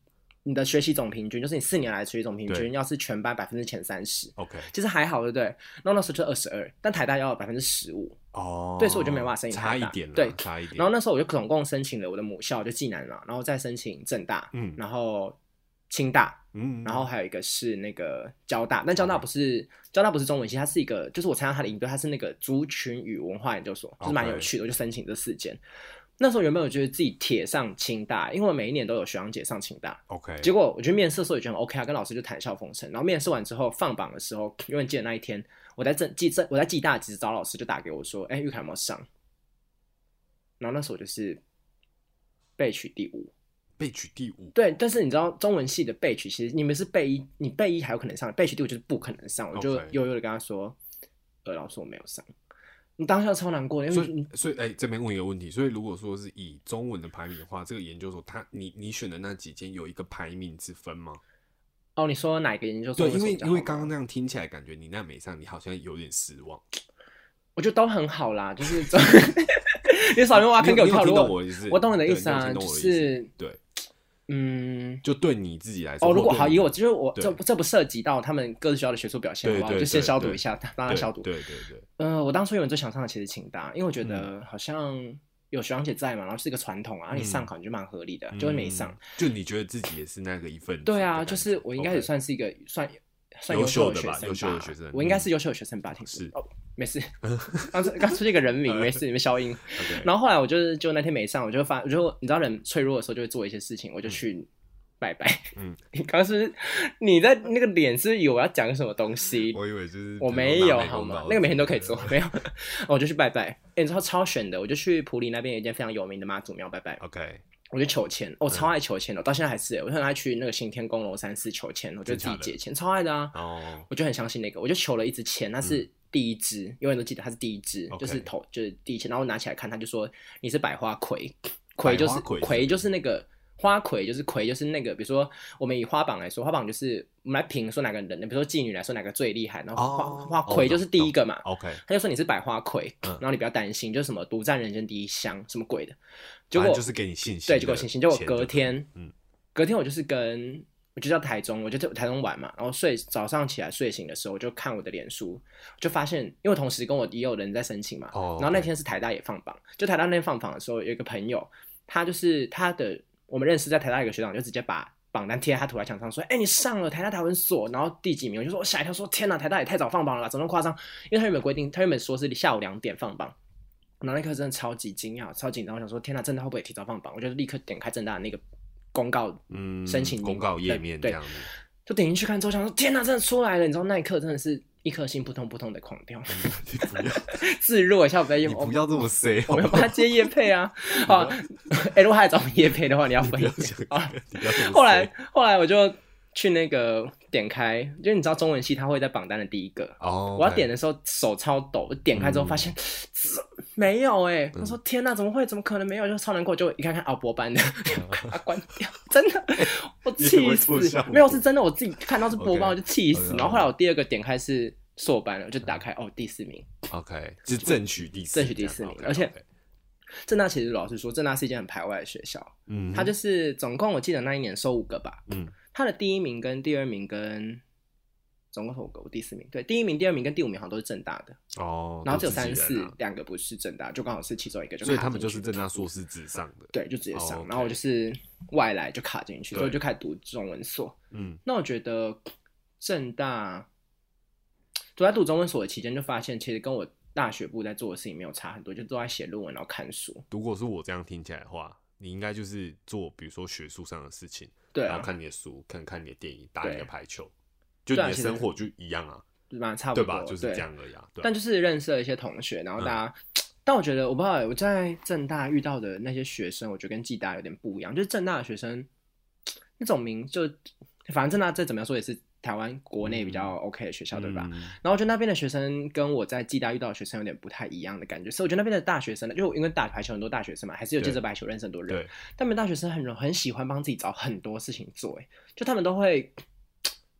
你的学习总平均，就是你四年来的学习总平对均，要是全班百分之前三十， OK 其实还好，对不对？然后那时候就二十二，但台大要百分之十五。哦，对所以我就没办法申请差台一大点啦，对差一点。然后那时候我就总共申请了我的母校就暨南嘛，然后再申请正大，嗯然后清大，嗯，然后还有一个是那个交大，但交大不是交大不是中文系，它是一个就是我参加它的营队，它是那个族群与文化研究所，就是蛮 OK 有趣的，我就申请这四间。那时候原本我觉得自己铁上清大，因为我每一年都有学长姐上清大， OK，结果我去面试的时候也觉得很 OK 啊，跟老师就谈笑风生。然后面试完之后放榜的时候，因为记得那一天我在正记正我在暨大，其实找老师就打给我说，哎、玉凯有没有上？然后那时候我就是被取第五，被取第五，对，但是你知道中文系的备取，其实你们是备一，你备一还有可能上，备取第五就是不可能上。我就 OK 悠悠的跟他说，呃，老师我没有上，你当下超难过的，因所为你以所以哎、这边问一个问题，所以如果说是以中文的排名的话，这个研究所它你你选的那几间有一个排名之分吗？哦，你说哪个研究生对，为什因么为比较好因为刚刚吗那样听起来感觉你那没上，你好像有点失望。我觉得都很好啦，就是 你少用挖坑你啊给有我你有跳，听如懂果我的意思？我懂你的对意思有啊听懂就我的意思是对，嗯。就对你自己来说，哦，如果或对好，你以我就是我对这这不涉及到他们各自学校的学术表现，对好不好？对就先对消毒对一下，让他对消毒。对对对，嗯呃，我当初原本最想上的其实清大，因为我觉得好像有学长姐在嘛，然后是一个传统啊，然后你上考你就蛮合理的，就会没上嗯。。就你觉得自己也是那个一份子的对啊，感觉就是我应该也 OK 算是一个算算优秀秀的学吧生优秀的学生我应该嗯是优秀的学生吧？听是呃哦，没事，刚出刚出现一个人名，没事，你们消音。 OK 然后后来我就是就那天没上，我就发，我就你知道人脆弱的时候就会做一些事情，我就去拜拜。嗯， 你刚刚是不是你在那个脸是不是以为我要讲什么东西？我以为就是比如我说没拿有美好工吗刀？那个每天都之可以类做 的，没有， 我就去拜拜。哎、你知道超选的，我就去普里那边有一间非常有名的妈祖庙拜拜。 OK，我去求签，我、超嗯爱求签的，我到现在还是欸耶，我很爱去那个行天宫楼三寺求签，我就真自假己的解签，超爱的啊，哦，嗯我就很相信那个，我就求了一支签，它是第一支，永远都记得它是第一支 OK 就是头就是第一签，然后我拿起来看，他就说你是百花魁，魁就是百花魁魁就是那个花魁，就是魁就是那个，比如说我们以花榜来说，花榜就是我们来评说哪个人，比如说妓女来说哪个最厉害，然后花、哦花魁就是第一个嘛， ，OK，他就说你是百花魁，嗯然后你不要担心，就是什么独占人间第一香什么鬼的，结反正果就是给你信心的钱，对，结果行行，结果隔天，嗯隔天我就是跟我就到台中，我就在台中玩嘛，然后睡早上起来睡醒的时候，我就看我的脸书，就发现，因为同时跟我也有人在申请嘛，哦，然后那天是台大也放榜，就台大那天放榜的时候，有一个朋友，他就是他的我们认识在台大有个学长，就直接把榜单贴在他涂在墙上，说：“哎、你上了台大台文所，然后第几名？”我就说：“我吓一跳，说天哪，台大也太早放榜了吧，怎么那么夸张？”因为他原本规定，他原本说是下午两点放榜。然后那刻真的超级惊讶，超紧张，我想说天哪，真的会不会提早放榜？我就立刻点开正大的那个公告嗯，申请公告页面这对样子， 就点进去看之后，想说天哪，真的出来了！你知道那一刻真的是一颗心扑通扑通的狂跳， 你不要，自弱一下，我不在你用，不要这么 say，好我不们好帮他接叶配 啊！啊，哎、如果他来找我们叶配的话，你要分不一要点想啊。你不要这么 say 后来，后来我就去那个点开，因为你知道中文系它会在榜单的第一个。哦，我要点的时候手超抖，我点开之后发现、嗯这没有哎、我说天哪、怎么会？怎么可能没有？就超难过，就一看看奥博 班的， 把它关掉， 真的，我你气会哦死做效！果没有是真的，我自己看到是博 OK，班我就气死。 OK，然后后来我第二个点开是硕班了，我就打开哦第四名， OK，是争取第四，争取第四名而且正大其实老实说，正大是一间很排外的学校，嗯，他就是总共我记得那一年收五个吧，嗯，他的第一名跟第二名跟总共投五个，我第四名，对，第一名、第二名跟第五名好像都是正大的，哦，然后只有都自三己四人啊两个不是正大，就刚好是其中一个就卡所进去，以他们就是正大硕士至上的，对，就直接哦上，，OK 然后我就是外来就卡进去，对所以我就开始读中文所。嗯，那我觉得正大，我在读中文所的期间就发现，其实跟我大学部在做的事情没有差很多，就都在写论文然后看书，如果是我这样听起来的话，你应该就是做比如说学术上的事情，对然啊后，看你的书，看看你的电影，打你的对排球，就你对啊的其实生活就一样啊，对吧？差不对多吧？就是对这样而已啊，对嗯但啊。就是认识了一些同学，然后大家，但我觉得我不知道欸，我在正大遇到的那些学生，我觉得跟暨大有点不一样。就是正大的学生，那种名就，反正正大再怎么样说也是台湾国内比较 OK 的学校，对吧？嗯？然后我觉得那边的学生跟我在暨大遇到的学生有点不太一样的感觉，所以我觉得那边的大学生呢，就因为打排球很多大学生嘛，还是有对借着排球认识很多人对。他们大学生很容很喜欢帮自己找很多事情做，哎，就他们都会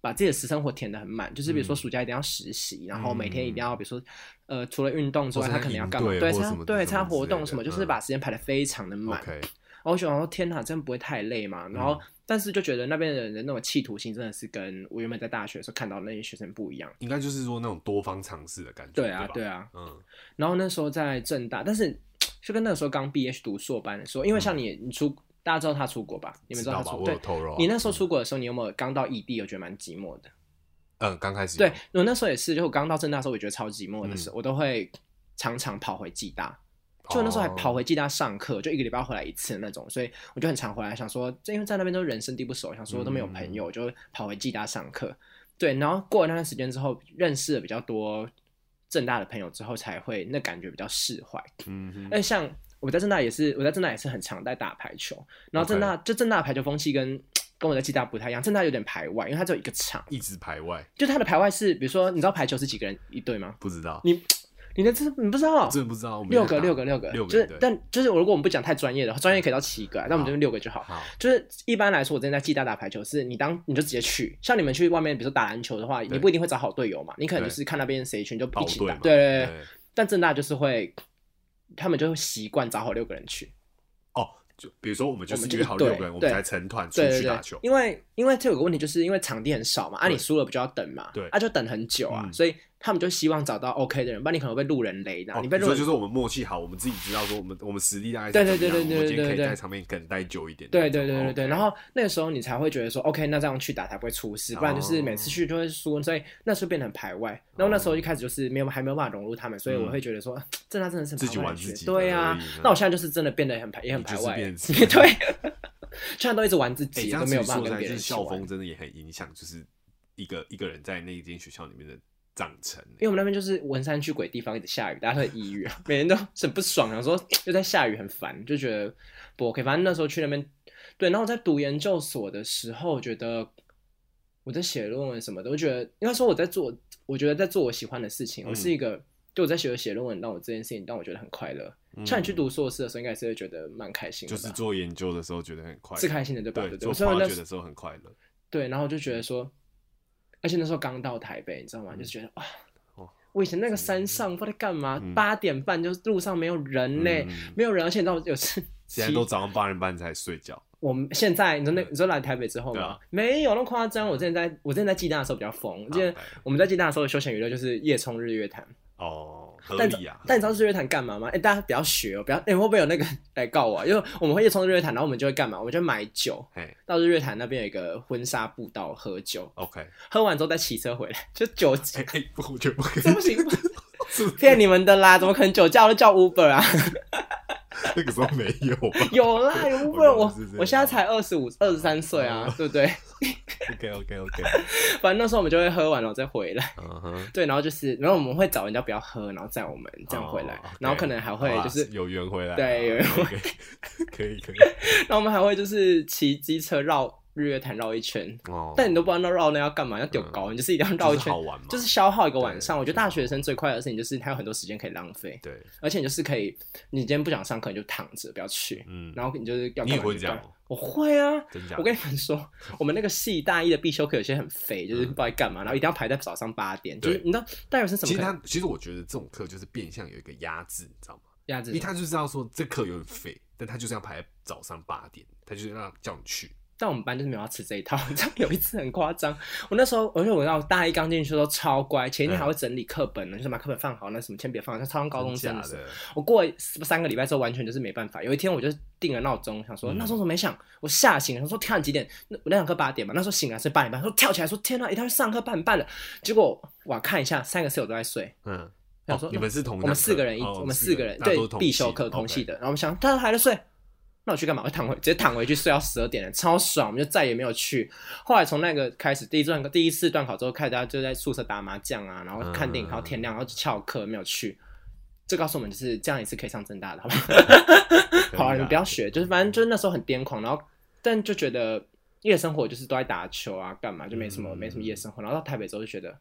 把自己的私生活填得很满，就是比如说嗯暑假一定要实习，然后每天一定嗯要比如说呃除了运动之或外，是他他可能要营干嘛？队对，或参什么对什参加么活之类动什么，的就是嗯把时间排得非常的满。 OK，嗯然后我想说，天哪，真不会太累嘛？然后，但是就觉得那边的人的那种企图心真的是跟我原本在大学的时候看到的那些学生不一样。应该就是说那种多方尝试的感觉，对对啊，吧对，啊。嗯，然后那时候在正大，但是就跟那个时候刚毕业去读硕班的时候，因为像你，你出大家知道他出国吧？你们知嗯道道他吧？出我有对。透露啊，你那时候出国的时候，你有没有刚到异地？我觉得蛮寂寞的。嗯，刚开始对有，我那时候也是，就我刚到正大的时候，我觉得超寂寞的时候，嗯我都会常常跑回暨大。就那时候还跑哦回暨大上课，就一个礼拜回来一次那种，所以我就很常回来，想说，因为在那边都人生地不熟，想说都没有朋嗯友，就跑回暨大上课。对，然后过了那段时间之后，认识了比较多正大的朋友之后，才会那感觉比较释怀。嗯哼，而且像我在正大也是，我在正大也是很常在打排球，然后正大就正大的排球风气跟跟我在暨大不太一样，正大有点排外，因为它只有一个场，一直排外，就它的排外是，比如说你知道排球是几个人一队吗？不知道，你你的这你不知道，真的不知道，我没六在个，打六个，六个，六个就是对，但就是我如果我们不讲太专业的话，专业可以到七个啊，那我们好就六个就好。好，就是一般来说，我之前在暨大打排球，是你当你就直接去，像你们去外面，比如说打篮球的话，你不一定会找好队友嘛，你可能就是看那边谁群就一保起队打。嘛对对对。对，但正大就是会，他们就会习惯找好六个人去。哦，就比如说我们就我是们就约好一队六个人，我对们才成团出对对去对打球，因为因为这有个问题，就是因为场地很少嘛，啊，对你输了不就要等嘛，对啊就等很久啊，嗯所以他们就希望找到 OK 的人，不然你可能会被路人雷的啊，哦，你被路说人就是我们默契好，我们自己知道说我们我们实力大概是对对怎么样对对我们今对天可以对对在场面可能待久一点。对这对样对对对， OK 然后那个时候你才会觉得说，OK，那这样去打才不会出事，不然就是每哦次去就会输，所以那时候变得很排外。然后那时候一开始就是没有还没有办法融入他们，所以我会觉得说，这他真的是很嗯自己排外玩的学自己的对而啊已嗯，那我现在就是真的变得很排也很你就排是外，变对， 现在都一直玩自哎，这己，样都子没有说办法起跟来，别就人是一起校玩风真的也很影响，就是一个一个人在那一间学校里面的长成欸、因为我们那边就是文山区鬼地方，一直下雨，大家都很抑郁，啊每天都很不爽，想说又在下雨，很烦，就觉得不 OK。反正那时候去那边，对，然后我在读研究所的时候，觉得我在写论文什么的，我觉得应该说我在做，我觉得在做我喜欢的事情。我嗯是一个，就我在学写论文，让我这件事情让我觉得很快乐。嗯像你去读硕士的时候，应该也是会觉得蛮开心的就吧，是做研究的时候觉得很快乐，是开心的，对吧？对对对，做我虽然那 project 的时候很快乐。对，然后我就觉得说，而且那时候刚到台北，你知嗯道吗？就觉得哇哦，我以前那个山上不知道在干嘛嗯，八、点半就是路上没有人嘞，嗯没有人，而且你知道有次现在都早上八点半才睡觉，我们现在你说那对你说来台北之后对吗？啊没有那么夸张，我之前在我之前在暨大的时候比较疯，我记得好来我们在暨大的时候的休闲娱乐就是夜冲日月潭，哦，合但理啊。但你知道日月潭干嗯嘛吗？哎、大家不要学哦，不要，哎、会不会有那个来告我啊、因为我们会夜冲日月潭，然后我们就会干嘛？我们就买酒嘿到日月潭那边有一个婚纱步道喝酒， ，OK，喝完之后再骑车回来，就酒 哎哎，不我觉得不可以这不行 吧？是不是骗你们的啦！怎么可能酒驾我都叫 Uber 啊？那个时候没有吧 有啦，有 Uber，我我是这样哦我现在才二十五、二十三岁啊，对不对？ ？OK OK OK，反正那时候我们就会喝完了再回来， 嗯哼，对，然后就是，然后我们会找人家不要喝，然后载我们这样回来哦，OK 然后可能还会好啦就是，有缘回来啊，对有缘回来，可以 可以然后我们还会就是骑机车绕日月潭绕一圈，哦。嗯但你都不知道那绕那要干嘛，要丢高，你就是一定要绕一就是圈好。玩嘛，就是消耗一个晚上，对我觉得大学生最快乐的事情就是他有很多时间可以浪费，对，而且你就是可以，你今天不想上课你就躺着不要去，嗯，然后你就是要你也干嘛会就这样干嘛哦我会啊，真假的？我跟你 们说，我们那个系大一的必修课有些很肥，就是不知道在干嘛，然后一定要排在早上八点，就嗯是对你知道大学生怎其么实可能他其实我觉得这种课就是变相有一个压制，你知道吗？压因制为？他就知道说这课有点废，但他就是要排早上八点，他就是要叫你去。但我们班就是没有要吃这一套， 你知道有一次很夸张，我那时候而且我到大一刚进去的时候超乖，前一天还会整理课本呢，就是把课本放好，那什么铅笔放好，像超像高中真生假时候的，我过了三个礼拜之后，完全就是没办法。有一天，我就定了闹钟，想说嗯闹钟怎么没响？我吓醒了，想说天啊几点？那我那堂课八点嘛，那时候醒来是八点半，说跳起来说天啊，一定要去上课八点半了。结果我看一下，三个室友都在睡，嗯，想哦说、你们是同一堂课，我们四个人一，哦我们四个人大家都对是同必系修课同 OK 系的，然后我们想他还在睡，那我去干嘛？我躺回直接躺回去睡到十二点了，超爽，我们就再也没有去。后来从那个开始，第一段第一次段考之后，开始大家就在宿舍打麻将啊，然后看电影嗯看到天亮，然后就翘课没有去。这告诉我们，就是这样也是可以上正大的，好吧？ 可以好啊嗯了，你们不要学，就是反正就是那时候很癫狂，然后但就觉得夜生活就是都在打球啊，干嘛就没什么、嗯没什么夜生活。然后到台北之后就觉得，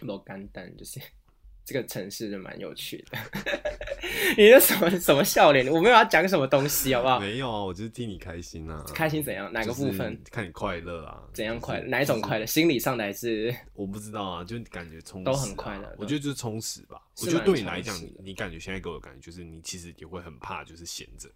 老干蛋，就是这个城市就蛮有趣的。 你那什么什么笑脸？我没有要讲什么东西，好不好？没有啊，我就是替你开心啊，开心怎样？哪个部分？就是看你快乐啊，怎样快乐？就是哪一种快乐？心理上的还是我不知道啊，就感觉充实、啊、都很快乐我觉得就是充实吧。是我觉得蛮对你来讲充实的，你感觉现在给我的感觉就是，你其实也会很怕，就是闲着。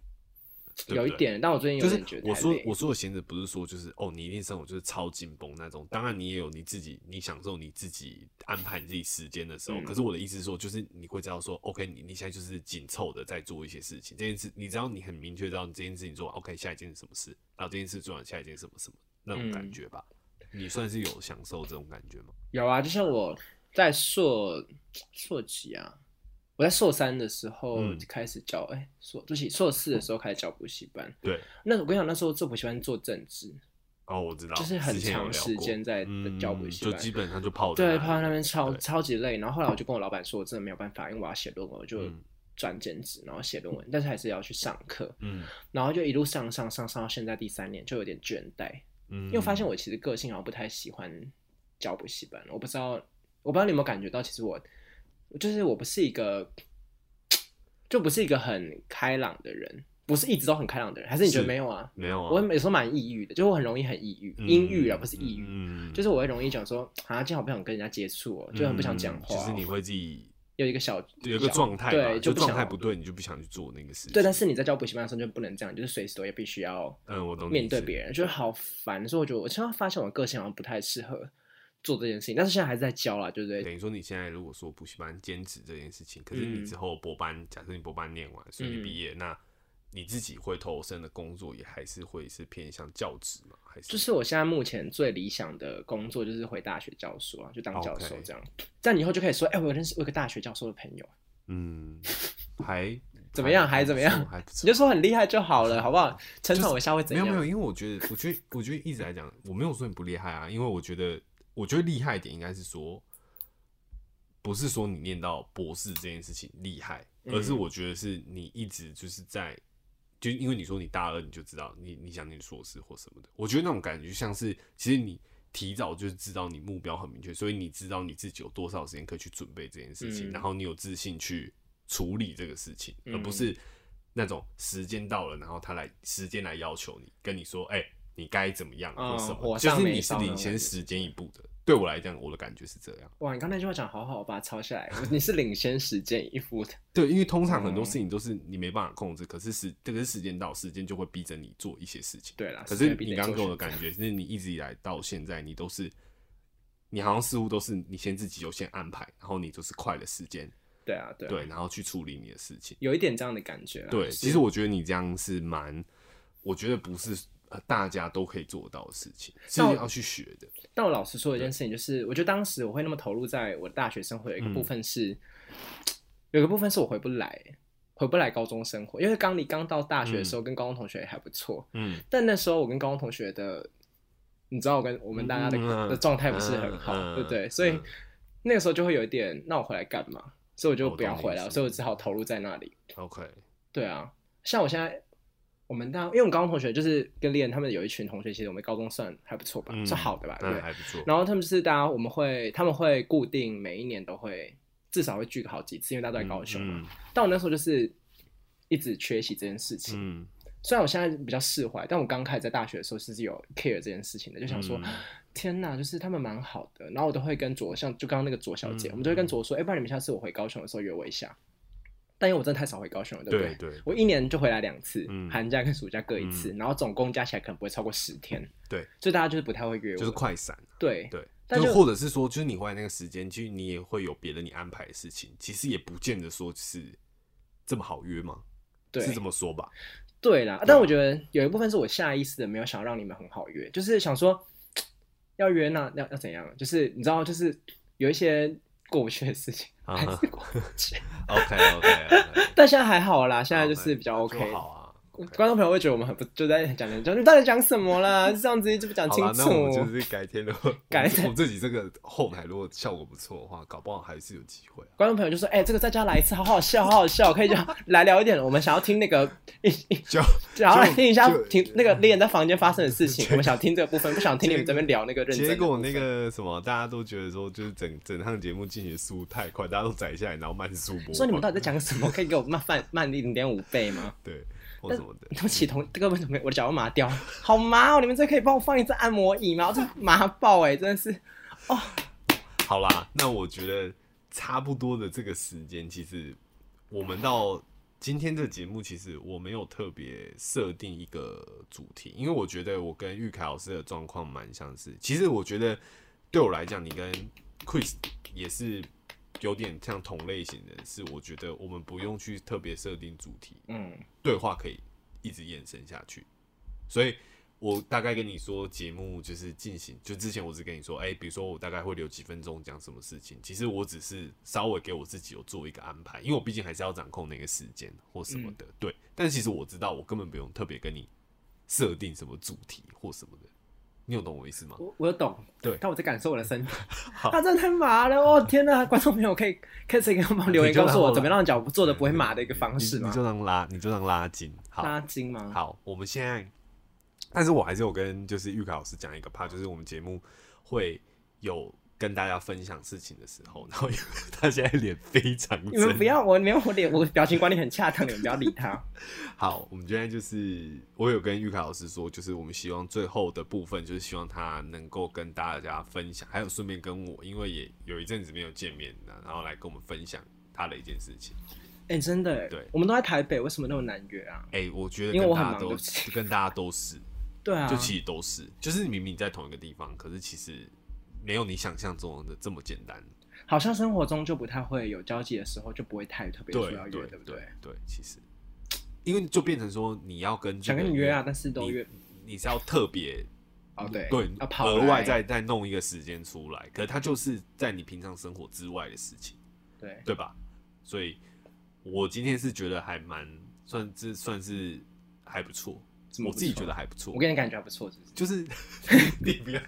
对不对有一，点？但我最近就有是点觉得我太说累我说的闲着，不是说就是哦，你一定生活就是超紧绷那种。当然，你也有你自己，你享受你自己安排你自己时间的时候。嗯可是我的意思是说，就是你会知道说，OK，你你现在就是紧凑的在做一些事情。这件事，你知道你很明确知道你这件事情做完，OK，下一件是什么事，然后这件事做完，下一件是什么什么那种感嗯觉吧。你算是有享受这种感觉吗？有啊，就像我在硕硕几啊，我在硕三的时候嗯开始教，哎、硕对不起，硕四的时候开始教补习班。对，那我跟你讲，那时候做补习班做政治，哦，我知道，就是很之前有长聊时过间在嗯，教补习就班基本上就泡在对，里泡在那边超哦啊对超级累。然后后来我就跟我老板说，我真的没有办法，因为我要写论文，我就嗯转兼职，然后写论文，但是还是要去上课，嗯然后就一路上上上上到现在第三年，就有点倦怠，嗯，因为我发现我其实个性好像不太喜欢教补习班，我不知道，我不知道你有没有感觉到，其实我就是我不是一个，就不是一个很开朗的人，不是一直都很开朗的人，还是你觉得是没有啊？没有啊，我有时候蛮抑郁的，就是我很容易很抑郁，嗯阴郁啊，不是抑郁，嗯就是我会容易讲说啊，今天好不想跟人家接触哦，就很不想讲嗯话就哦、是你会自己有一个小有一个状态吧，对，就就状想态不对，你就不想去做那个事情。对，但是你在教补习班的时候就不能这样，就是随时都也必须要嗯，我懂你面意对思别人，觉得好烦。所以我觉得我现在发现我的个性好像不太适合做这件事情，但是现在还是在教啦，对不对？等于说，你现在如果说补习班兼职这件事情，可是你嗯之后博班，假设你博班念完，所以你毕业，那你自己会投身的工作也还是会是偏向教职嘛？还是就是我现在目前最理想的工作就是回大学教书啊，就当教 OK 授这样。这样以后就可以说，哎、我有认识我有个大学教授的朋友，啊嗯，还 怎么样还不怎么错样还不错 你就说很厉害就好 了，好不好？称就赞是我一下会怎没有样？没有，因为我觉得，我觉得，我觉得一直来讲，我没有说你不厉害啊，因为我觉得，我觉得厉害一点应该是说，不是说你念到博士这件事情厉害，嗯而是我觉得是你一直就是在，就因为你说你大二你就知道你你想念硕士或什么的，我觉得那种感觉就像是其实你提早就知道你目标很明确，所以你知道你自己有多少时间可以去准备这件事情，嗯然后你有自信去处理这个事情，嗯而不是那种时间到了，然后他来时间来要求你，跟你说，哎、你该怎么样嗯或什么，火就上是眉你是梢那领种先感觉时间一步的。对我来讲，我的感觉是这样。哇，你刚才那句话讲好好，我把它抄下来。我你是领先实践一夫的，对，因为通常很多嗯事情都是你没办法控制，可是时这个是时间到，时间就会逼着你做一些事情。对啦可时是间逼你着刚刚做给我选的感觉是你一直以来到现在，你都是，你好像似乎都是你先自己有先安排，然后你就是快的时间，对啊，对啊，对，然后去处理你的事情。有一点这样的感觉啦。对，啊就是其实我觉得你这样是蛮，我觉得不是呃大家都可以做到的事情，是那我要去学的。但我老实说一件事情，就是我觉得当时我会那么投入在我的大学生活，有一个嗯部分是，有一个部分是我回不来，回不来高中生活，因为刚你刚到大学的时候，跟高中同学还不错，嗯，但那时候我跟高中同学的，你知道我跟我们大家的、嗯嗯的状态不是很好，嗯嗯对不对？所以、嗯那个时候就会有一点，那我回来干嘛？所以我就我不要懂你回意来，思所以我只好投入在那里。 OK，对啊，像我现在，我们大，因为我们高中同学就是跟练他们有一群同学，其实我们高中算还不错吧，嗯算好的吧，对不那对。还不错。然后他们就是大家我们会，他们会固定每一年都会至少会聚个好几次，因为大家都在高雄啊嘛。嗯但我那时候就是一直缺席这件事情，嗯，虽然我现在比较释怀，但我刚开始在大学的时候其实有 care 这件事情的，就想说，嗯天哪，就是他们蛮好的。然后我都会跟卓，像就刚刚那个卓小姐，嗯我们都会跟卓说，哎、不然你们下次我回高雄的时候约我一下。但因为我真的太少回高雄了，对不对对我一年就回来两次，嗯寒假跟暑假各一次，然后总共加起来可能不会超过十天，对，所以大家就是不太会约我。就是快闪。啊对对，但就是就或者是说，就是你回来那个时间，其实你也会有别的你安排的事情，其实也不见得说是这么好约嘛，对是这么 说吧？对啦，但我觉啊得有一部分是我下意识的没有想让你们很好约，就是想说要约那要要怎样，就是你知道，就是有一些过不去的事情， 啊还是过不去。 OK OK OK， 但现在还好啦，现在就是比较 OK。嗯好啊。观众朋友会觉得我们很不就在讲人家，你到底讲什 么啦？这样子就不讲好清啦，那我们楚就。是改天的， 我们哦改我们自己这个后台如果效果不错的话，搞不好还是有机会啊。观众朋友就说：“哎、这个在家来一次，好好笑，好好笑， 可以讲来聊一点。我们想要听那个，就 想要来听一下就嗯听那个猎人在房间发生的事情。我们想听这个部分，不想听你们这边聊那个认真的结部果分。那个什么，大家都觉得说，就是整整趟节目进行的速度太快，大家都载下来，然后慢速播放。说你们到底在讲什么？可以给我慢慢慢零点五倍吗？对或但什么的，对不起，同各位同学，我的脚要麻掉了，好麻哦！你们这可以帮我放一只按摩椅吗？我这麻爆哎、真的是好啦，那我觉得差不多的这个时间，其实我们到今天这节目，其实我没有特别设定一个主题，因为我觉得我跟玉凯老师的状况蛮相似。其实我觉得对我来讲，你跟 Chris 也是有点像同类型的，是我觉得我们不用去特别设定主题，嗯，对话可以一直延伸下去。所以我大概跟你说，节目就是进行，就之前我只跟你说，哎、比如说我大概会留几分钟讲什么事情，其实我只是稍微给我自己有做一个安排，因为我毕竟还是要掌控那个时间或什么的，对。但其实我知道，我根本不用特别跟你设定什么主题或什么的，你有懂我意思吗？我我有懂，对但我在感受我 的身体，他真的太麻了哦！天哪，观众朋友可以可以谁给我们留言你就告让诉我我怎么让脚做的对不会麻的一个方式你吗你？就让拉，你就让拉筋，好，拉筋吗？好，我们现在，但是我还是有跟就是玉凯老师讲一个怕，就是我们节目会有跟大家分享事情的时候，然后因为他现在脸非常 你们真。不要我，没有我脸，我表情管理很恰当，你们不要理 他。好，我们现在就是我有跟玉凯老师说，就是我们希望最后的部分，就是希望他能够跟大家分享，还有顺便跟我，因为也有一阵子没有见面了，然后来跟我们分享他的一件事情。哎、真的、对我们都在台北，为什么那么难约啊？哎、我觉得因为跟我很大家忙都对不起跟大家都是，对啊，就其实都是，就是明明在同一个地方，可是其实没有你想象中的这么简单。好像生活中就不太会有交集的时候，就不会太特别说对要约，对不对？对，其实因为就变成说你要跟这想个跟你人约啊，，但是都你约你是要特别哦，对对要跑额外来再再弄一个时间出来，可是它就是在你平常生活之外的事情，对，对吧？所以我今天是觉得还蛮算这算是还不错，怎么我不自己错觉得还不错我。给你感觉还不错，是不 是？就是 你不要，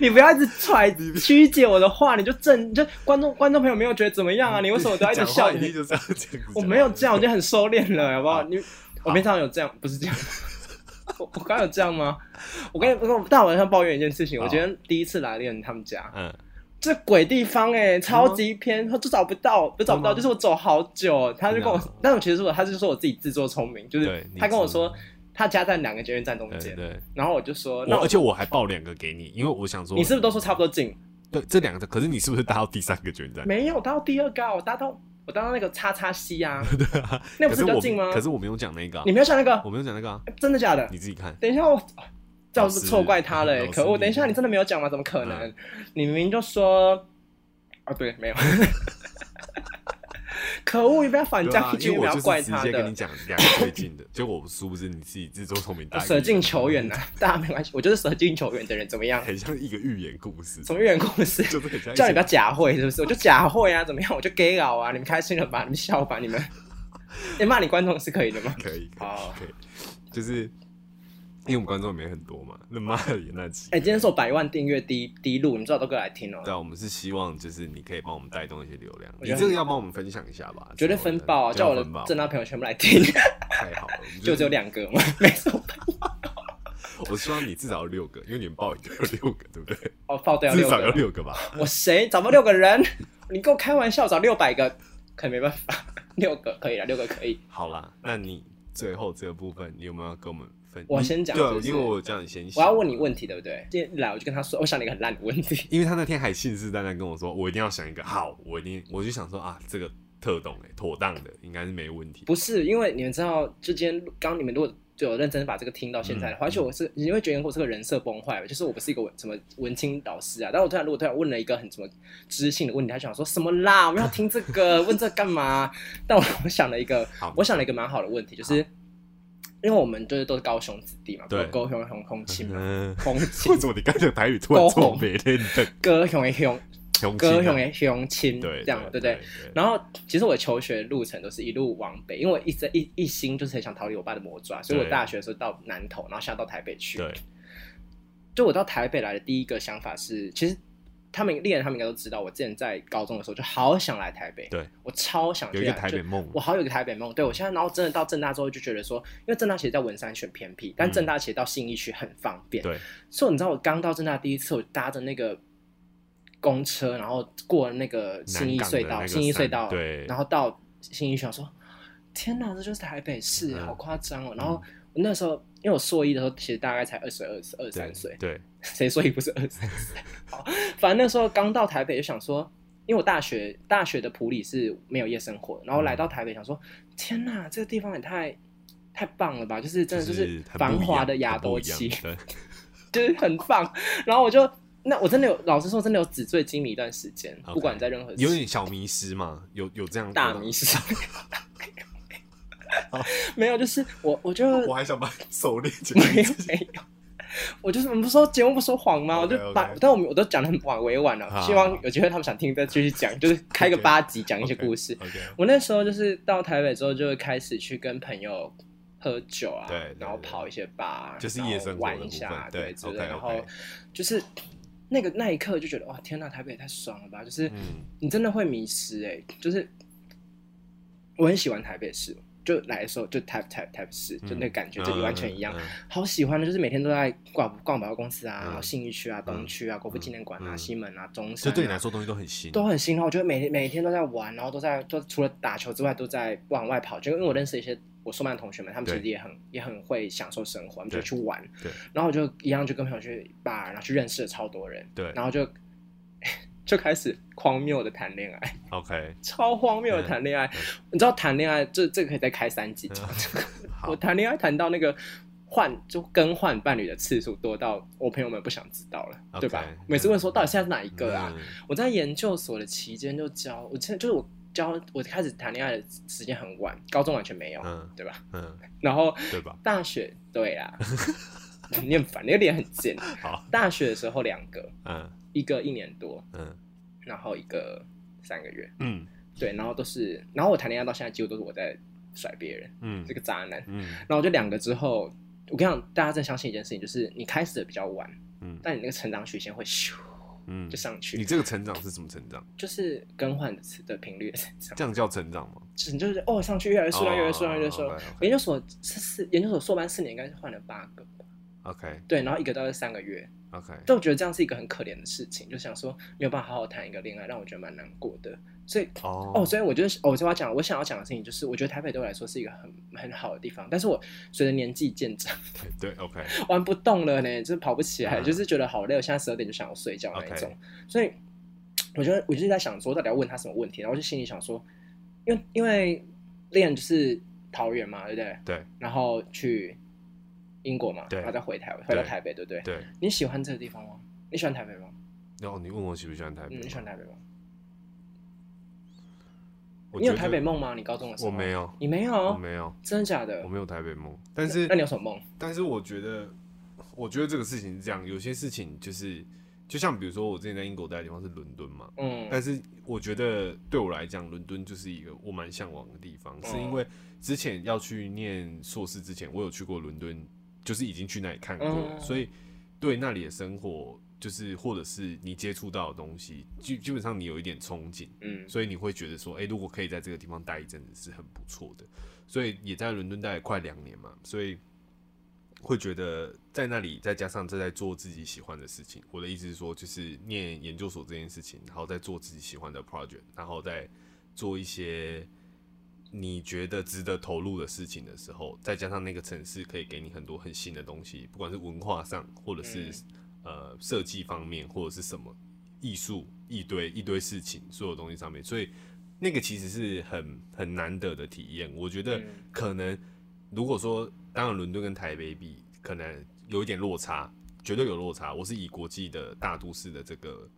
你不要一直揣曲解我的话，你就正 就观众观众朋友没有觉得怎么样啊？你为什么都要一直嗯讲话笑一定你？就这样这样子我讲没有话这样，我已经很收敛了，好不好？ 好你我平常有这样，不是 这样。我我刚有这样吗？我跟你我跟我大晚上抱怨一件事情，我好今天第一次来练他们家，嗯，这鬼地方哎、超级偏，就找不到，就找不到，真的吗就是我走好久，他就跟我嗯真的啊，但我其实说他就说我自己自作聪明，就是对你他跟我自作说他家在两个捷运站中对间，对，然后我就说，那我而且我还报两个给你，因为我想说你是不是都说差不多近？对这两个，可是你是不是搭到第三个卷站？没有，搭到第二个啊，我搭到我搭到那个叉叉 C 啊， 对啊，那不可是是比较我近吗可是我没有讲那个啊你，没有想那个我，没有讲那个啊，真的假的？你自己看。等一下我，这老样是师错怪他了、欸，老师可恶！你等一下你真的没有讲吗？怎么可能？嗯你明明就说，哦，对，没有。 可恶！你不要反对将啊一，因军，为不我要就怪是直他接跟你的。讲两个最近的，结果我殊不知你自己自作聪明，大概舍近求远呐、嗯啊，大家没关系，我就是舍近求远的人，怎么样？ 很像一个寓言故事，什么远故事？就是很像一 叫你不个要假会，是不是？我就假会啊，怎么样？我就 gay 佬啊，你们开心了吧？你们笑吧，你们。你骂你观众是可以的吗？可以可好以可以，就是因为我们观众也没很多嘛，那妈的也那几哎、，今天是我百万订阅第一第一路，你们最好都过来听哦、对啊，我们是希望就是你可以帮我们带动一些流量，我你觉得这个要帮我们分享一下吧，绝对分爆啊！这叫个我要的分爆正大朋友全部来听，太好了，我们 就只有，两 个嘛，没错。我希望你至少有六个，因为你们报一个有六个，对不对？哦，爆掉至六少要个，六个吧，我谁找不到六个人？你跟我开玩笑，找六百个可能没办法， 六个可以了，六个可以。好啦，那你最后这个部分，你有没有要跟我们分？我你先讲对是不啊，是因为我这样先我要想问你问题，对不对？今天一来我就跟他说，我想了一个很烂的问题。因为他那天还信誓旦旦跟我说，我一定要想一个好，我一定，我就想说啊，这个特懂哎、妥当的，应该是没问题。不是，因为你们知道，就今天刚你们如果就有认真把这个听到现在的话，嗯而且我是你会觉得我这个人设崩坏了，就是我不是一个文什么文青老师啊，但我突然如果突然问了一个很什么知性的问题，他就想说什么啦，我们要听这 个，问这干嘛？但我我想了一个好，我想了一个蛮好的问题，就是因为我们就是都是高雄子弟嘛，对高雄红空气嘛，嗯，空 气为什么你刚讲台语突然高做红没 练的？高雄的 雄，雄高心雄啊的雄亲，对，这样对对不对？？然后，其实我求学路程都是一路往北，因为我一直一一心就是很想逃离我爸的魔爪，所以我对大学的时候到南投，然后下到台北去。对，就我到台北来的第一个想法是，其实他们猎人他们应该都知道，我之前在高中的时候就好想来台北，对我超想去有一个啊台就北梦我好有一个台北梦。对我现在，然后真的到正大之后就觉得说，因为正大其实在文山选偏僻，但嗯正大其实到信义区很方便，对，所以你知道我刚到正大第一次，我搭着那个公车，然后过那个信义隧南港的那道，个信义隧道，山对然后到信义区，我说天哪，这就是台北市，嗯好夸张哦。然后我那时候，因为我硕一的时候，其实大概才二十二、二对三岁，对，谁说一不是二十三岁？好，反正那时候刚到台北就想说，因为我大学大学的普里是没有夜生活的，然后来嗯到台北想说，天哪，这个地方也太太棒了吧！就是真的就是是很繁不一华样的亚很不多一样期，对，就是很棒。然后我就那我真的有，老实说，真的有纸醉金迷一段时间 OK 不管在任何有点小迷失嘛，有有这样大迷，失。 没有，就是我，我就我还想把手链解 没有没有，我就是我们不说节目不说谎吗？我就 OK，OK 把，但我们我都讲的很婉委婉了、好希望有机会他们想听再继续讲，就是开个 OK 八集讲一些故事。 OK，我那时候就是到台北之后，就会开始去跟朋友喝酒啊，对对对然后跑一些吧，就是然后夜生活的玩部一下，啊分对之类的 OK，OK 然后就是那个那一刻就觉得哇，天呐，台北也太爽了吧！就是、嗯，你真的会迷失哎、就是我很喜欢台北市，就来的时候就台台台北市，就那个感觉，嗯就完全一样。嗯嗯好喜欢的，就是每天都在逛逛百货公司啊，嗯然后信义区啊、东区啊、国父纪念馆啊、嗯西门啊、中山、就啊，对你来说东西都很新，都很新。然后我觉得每每天都在玩，然后都在都除了打球之外，都在往外跑。就因为我认识一些我硕班的同学们，他们其实对也很也很会享受生活，他们就对去玩。对然后我就一样就跟朋友去 bar，然后去认识了超多人，对然后就 就开始荒谬的谈恋爱。 ，OK，超荒谬的谈恋爱。嗯你知道谈恋爱这这个可以再开三集讲。好我谈恋爱谈到那个换就更换伴侣的次数多到我朋友们不想知道了 OK，对吧嗯？每次问说到底现在是哪一个啊？嗯我在研究所的期间就交，我现在就是我交我开始谈恋爱的时间很晚，高中完全没有，嗯对吧？嗯，然后对吧？大学对 啊，你很烦，你的脸很贱。好，大学的时候两个，嗯一个一年多，嗯然后一个三个月，嗯对，然后都是，然后我谈恋爱到现在几乎都是我在甩别人，嗯这个渣男。嗯。然后我就两个之后，我跟你讲，大家真的相信一件事情，就是你开始的比较晚，嗯但你那个成长曲线会咻嗯就，上去，你这个成长是什么成长？就是更换的次的频率的成长，这样叫成长吗？就是你就是哦上去越来越数量越来越数量越来哦越数量。研量。究所是四研究所硕班四年，应该是换了八个， OK 对，然后一个到了三个月， OK，但我觉得这样是一个很可怜的事情，就想说没有办法好好谈一个恋爱，让我觉得蛮难过的。所以哦哦，所以我觉得哦，这我要讲，我想要讲的事情就是，我觉得台北对我来说是一个很很好的地方，但是我随着年纪渐长，对 OK 玩不动了呢，就是跑不起来，嗯就是觉得好累，我现在十二点就想要睡觉那一 OK 种。所以我觉得我就是在想说，到底要问他什么问题，然后我就心里想说，因为因为练就是桃园嘛，对不对？对然后去英国嘛，对然后再回台回到对台北，对不对？对。你喜欢这个地方吗？你喜欢台北吗？然后你问我喜不喜欢台北嗯，吗？你喜欢台北吗？我你有觉得台北梦吗？你高中的时候我没有你没我有，没有，真的假的我？没有台北梦，但是那你有什么梦？但是我觉得，我觉得这个事情是这样，有些事情就是，就像比如说我之前在英国待的地方是伦敦嘛，嗯但是我觉得对我来讲，伦敦就是一个我蛮向往的地方，是嗯因为之前要去念硕士之前，我有去过伦敦，就是已经去那里看过了，嗯所以对那里的生活，就是或者是你接触到的东西，基基本上你有一点憧憬。嗯所以你会觉得说，诶，哎如果可以在这个地方待一阵子是很不错的。所以也在伦敦待了快两年嘛，所以会觉得在那里，再加上正在做自己喜欢的事情。我的意思是说，就是念研究所这件事情，然后再做自己喜欢的 project，然后再做一些你觉得值得投入的事情的时候，再加上那个城市可以给你很多很新的东西，不管是文化上，或者是、呃设计方面，或者是什么艺术一堆一堆事情，所有东西上面，所以那个其实是很很难得的体验。我觉得嗯可能如果说，当然伦敦跟台北比，可能有一点落差，绝对有落差。我是以国际的大都市的这个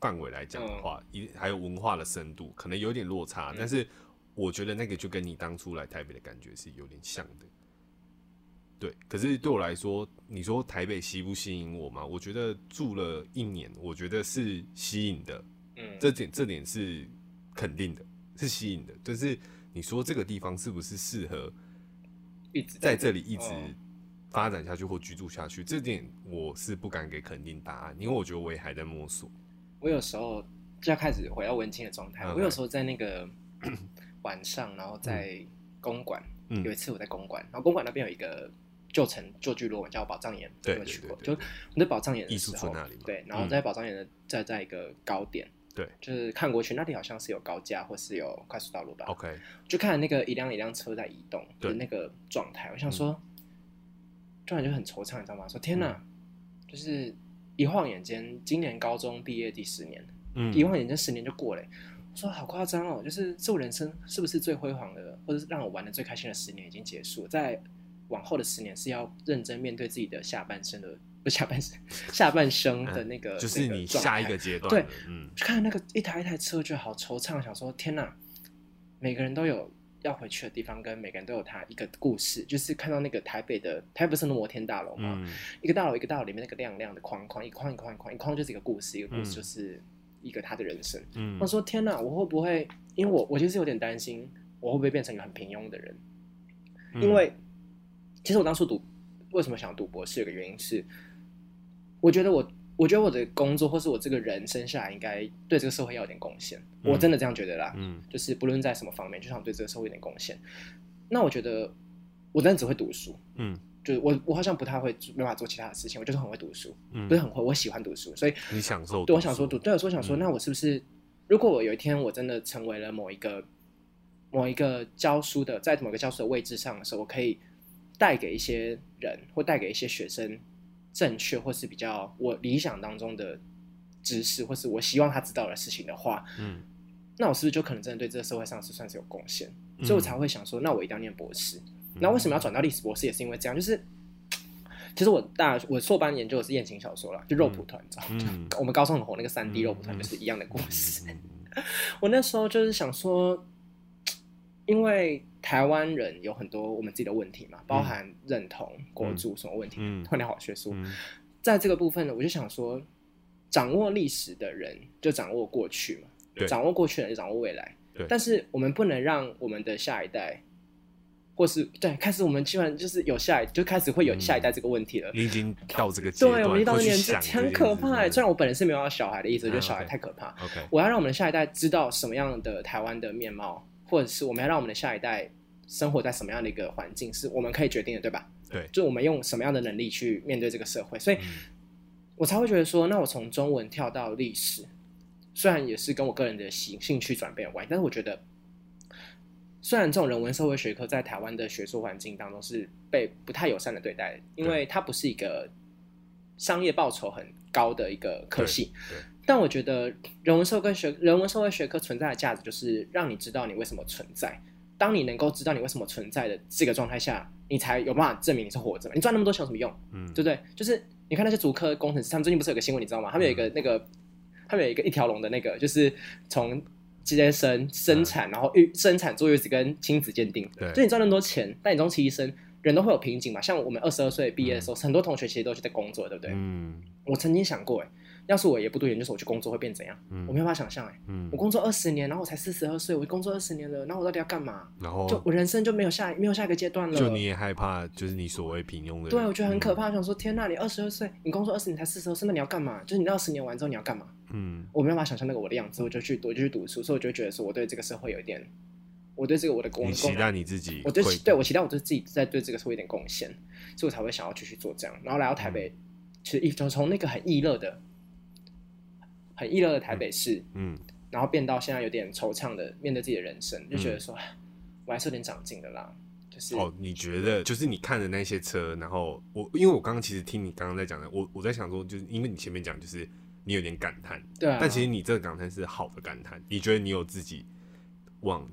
范围来讲嗯的话，一还有文化的深度，可能有点落差，但是我觉得那个就跟你当初来台北的感觉是有点像的。对，可是对我来说，你说台北吸不吸引我嘛？我觉得住了一年，我觉得是吸引的，嗯，这点这点是肯定的，是吸引的。但是你说这个地方是不是适合一直在这里一直哦发展下去或居住下去？这点我是不敢给肯定答案，因为我觉得我也还在摸索。我有时候就要开始回到文青的状态。 OK 我有时候在那个 晚上，然后在公馆，嗯有一次我在公馆，然后公馆那边有一个旧城旧聚落叫宝藏岩，对我有去过。对对对就我在宝藏岩的艺术时村候那里嘛嗯对，然后在宝藏岩的在在一个高点，对就是看过去那里好像是有高架或是有快速道路吧， OK，就看那个一辆一辆车在移动对嗯的那个状态，我想说，突然就很惆怅，你知道吗？说天哪，嗯就是一晃眼间，今年高中毕业第十年，嗯一晃眼间十年就过了欸、我说好夸张哦，就是这我人生是不是最辉煌的，或者是让我玩的最开心的十年已经结束，在往后的十年是要认真面对自己的下半生的，不是下半生，下半生的那个，嗯就是那你状下一态个阶段对了，嗯就看那个一台一台车，就好惆怅，想说天哪，每个人都有要回去的地方，跟每个人都有他一个故事。就是看到那个台北的台北不是那摩天大楼吗？嗯一个大楼一个大楼里面那个亮亮的框框，一框一框一框，一框就是一个故事，一个故事就是一个他的人生。嗯我，说天哪，我会不会？因为我我其实有点担心，我会不会变成一个很平庸的人？嗯因为其实我当初读为什么想读博士，有个原因是，我觉得我我觉得我的工作或是我这个人生下来，应该对这个社会要有点贡献。嗯我真的这样觉得啦，嗯就是不论在什么方面，就想对这个社会有点贡献。那我觉得我真的只会读书，嗯就是我我好像不太会没办法做其他的事情，我就是很会读书，嗯不是很会，我喜欢读书，所以你享受对，读我想说书读，对，我说想说，嗯那我是不是，如果我有一天我真的成为了某一个某一个教书的，在某个教书的位置上的时候，我可以带给一些人或带给一些学生正确或是比较我理想当中的知识，或是我希望他知道的事情的话，嗯，那我是不是就可能真的对这个社会上是算是有贡献？嗯所以我才会想说，那我一定要念博士。那为什么要转到历史博士，也是因为这样，就是。其实我大我硕班研究的是艳情小说啦，就肉蒲团，你知道吗？嗯我们高中很红那个三嗯 D 肉蒲团嗯就是一样的故事。 嗯我那时候就是想说，因为台湾人有很多我们自己的问题嘛，包含认同、国族什么问题，嗯换、嗯、好学术，嗯 在这个部分呢，我就想说，掌握历史的人就掌握过去嘛，对掌握过去的人就掌握未来对。但是我们不能让我们的下一代或是对，开始我们居然就是有下一，就开始会有下一嗯代这个问题了。你已经到这个阶段，对，我们一到会那去年纪想这很件可事怕、情欸。虽然我本人是没有要小孩的意思，我觉嗯得小孩，OK 太可怕。 OK，我要让我们的下一代知道什么样的台湾的面貌，或者是我们要让我们的下一代生活在什么样的一个环境，是我们可以决定的，对吧？对就我们用什么样的能力去面对这个社会，所以嗯我才会觉得说，那我从中文跳到历史，虽然也是跟我个人的兴兴趣转变有关系，但是我觉得，虽然这种人文社会学科在台湾的学术环境当中是被不太友善的对待，因为它不是一个商业报酬很高的一个科系对对。但我觉得人文社会学人文社会学科存在的价值，就是让你知道你为什么存在。当你能够知道你为什么存在的这个状态下，你才有办法证明你是活着嘛。你赚那么多钱有什么用？嗯，对不对？就是你看那些足科工程师，他们最近不是有个新闻，你知道吗？他们有一嗯个那个，他们有一个一条龙的那个，就是从接生嗯生产，然后育生产坐月子跟亲子鉴定。对就你赚那么多钱，但你终其一生，人都会有瓶颈嘛。像我们二十二岁毕业的时候，很多同学其实都是在工作，对不对？嗯我曾经想过，哎，要是我也不读研究所，我去工作会变怎样？嗯我没有办法想象，哎，嗯我，工作二十年，然后我才四十二岁，我工作二十年了，那我到底要干嘛？然就后我人生就没有下没有下一个阶段了。哦就你也害怕，就是你所谓平庸的人，对，我觉得很可嗯怕。想说，天呐，你二十二岁，你工作二十年才四十二岁，那你要干嘛？就是你二十年完之后你要干嘛？嗯，我没有办法想象那个我的样子，我就去，我就去读书，所以我就觉得说，我对这个社会有一点，我对这个我的工你作期，待你自己我会，对对我期待我对自己在对这个社会有点贡献，所以我才会想要继续做这样。然后来嗯到台北，其实一从从那个很易乐的、很易乐的台北市，嗯然后变到现在有点惆怅的面对自己的人生，就觉得说，唉我还是有点长进的啦。就是嗯哦，你觉得就是你看的那些车，然后我因为我刚刚其实听你刚刚在讲的，我我在想说，就是因为你前面讲就是你有点感叹，对啊，但其实你这个感叹是好的感叹，你觉得你有自己往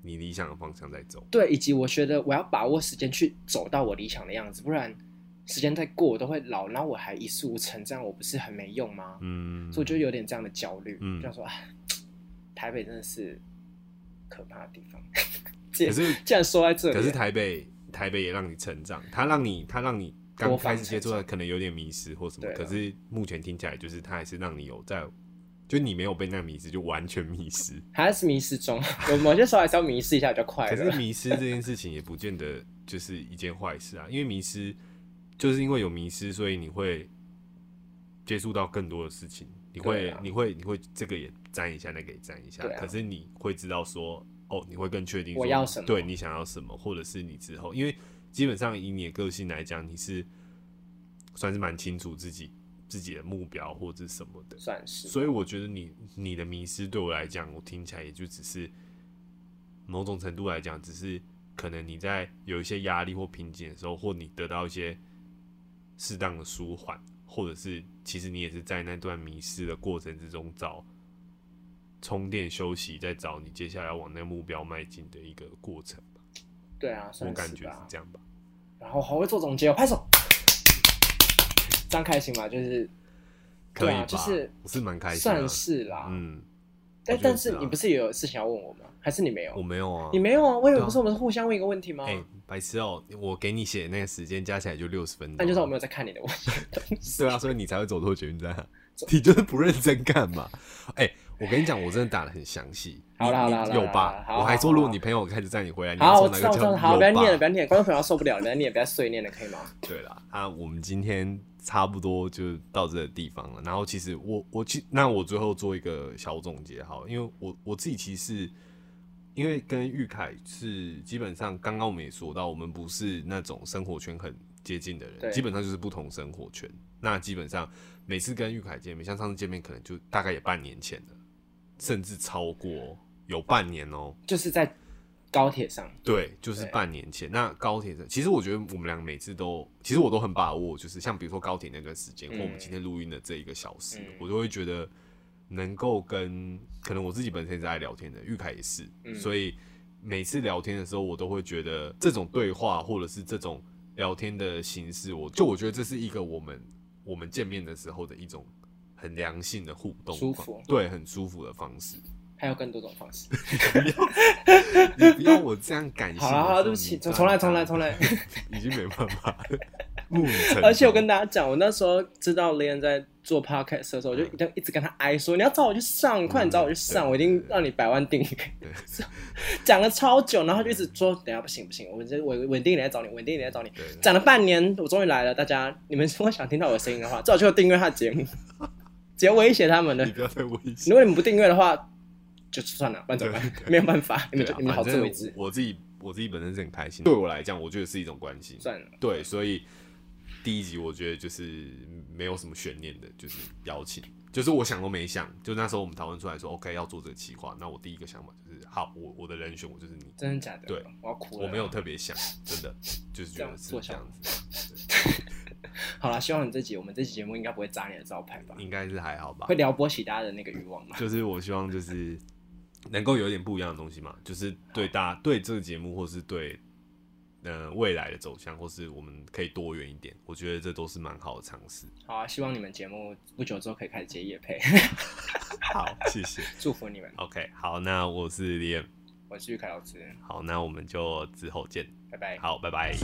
你理想的方向在走，对，以及我觉得我要把握时间去走到我理想的样子，不然时间再过我都会老，然后我还一事无成，这样我不是很没用吗？嗯，所以我就有点这样的焦虑，嗯就想说，哎，台北真的是可怕的地方。竟可然是竟然说在这里，可是台北台北也让你成长，它让你它让你刚多方开始接触成到可能有点迷失或什么对，啊可是目前听起来就是它还是让你有在，就你没有被那迷失，就完全迷失。还是迷失中，有某些时候还是要迷失一下比较快可是。乐 迷失这件事情也不见得就是一件坏事啊，因为迷失就是因为有迷失，所以你会接触到更多的事情，你会、对啊你会你会这个也沾一下，那个也沾一下，对啊可是你会知道说哦，你会更确定说我要什么对你想要什么，或者是你之后，因为基本上以你的个性来讲，你是算是蛮清楚自己自己的目标或者什么的，算是，所以我觉得你你的迷失对我来讲，我听起来也就只是某种程度来讲，只是可能你在有一些压力或瓶颈的时候，或你得到一些适当的舒缓，或者是其实你也是在那段迷失的过程之中找充电休息，再找你接下来往那个目标迈进的一个过程吧。对啊，我算感是觉是吧。这样吧。然后好会做总结哦，拍手，这样开心吗？就是可对以啊吧？就是我是蛮开心、啊，算是啦，嗯，但我觉得但是是啊你不是也有事情要问我吗？还是你没有？我没有啊，你没有啊？我以为对啊不是我们是互相问一个问题吗？哎、白痴哦、我给你写的那个时间加起来就六十分钟，那就是我没有在看你的问题。 对啊，所以你才会走错捷运站、啊，你就是不认真干嘛？哎、我跟你讲，我真的打的很详细，好啦你好啦你好啦有吧好啦？好啦我还说，如果你朋友开始载你回来，你要好，送我哪知个道，我知叫道。好，不要念了，有不吧？要念，观众朋友受不了，不要念，不要碎念了，可以吗？对啦，啊，我们今天差不多就到这个地方了。然后其实我我其那我最后做一个小总结好了，因为我我自己其实是因为跟玉凯是基本上刚刚我们也说到，我们不是那种生活圈很接近的对人，基本上就是不同生活圈。那基本上每次跟玉凯见面，像上次见面可能就大概也半年前了，甚至超过有半年哦、就是在高铁上，对，就是对半年前。那高铁的，其实我觉得我们俩每次都，其实我都很把握，就是像比如说高铁那段时间，或嗯我们今天录音的这一个小时，嗯我就会觉得能够跟，可能我自己本身也是爱聊天的，玉凯也是，嗯所以每次聊天的时候，我都会觉得这种对话或者是这种聊天的形式，我就我觉得这是一个我们我们见面的时候的一种很良性的互动，舒服对，很舒服的方式。还有更多种 方式。你不要我这样感性。 好了，好了，对不起，重重来，重来，重来。来。已经没办法了。木已成 而且我舟跟大家讲，我那时候知道 Lian 在做 podcast 的时候，我就一定一直跟他哀说，你要找我去上，快点找我去上，嗯对我一定让你百万订阅。 讲了超久，然后他就一直说，等一下不行不行，我这稳稳定一点来找你，稳定一点来找你。对 讲了半年，我终于来了，大家你们如果想听到我的声音的话，最好去订阅他的节目， 直接威胁他们的你。不要再危险。如果你们不订阅的话，就算了，不然怎么办？没有办法， 你们就、对啊你们好反自正为之，我自己我自己本身是很开心，对我来讲，我觉得是一种关心。算了。对，所以第一集我觉得就是没有什么悬念的，就是邀请，就是我想都没想，就那时候我们讨论出来说，OK 要做这个企划，那我第一个想法就是，好，我我的人选我就是你，真的假的？对，我要哭了。我没有特别想，真的就是觉得是这样做这样子，好了，希望你这集我们这期节目应该不会砸你的招牌吧对？应该是还好吧会。撩拨起大家的那个欲望吗？就是我希望就是能够有一点不一样的东西嘛，就是对大家对这个节目，或是对呃未来的走向，或是我们可以多元一点，我觉得这都是蛮好的尝试。好啊，希望你们节目不久之后可以开始接夜配， 好，谢谢。祝福你们。 OK，好，那我是 Liam，我是玉凯老师，好，那我们就之后见。拜拜。好，拜拜。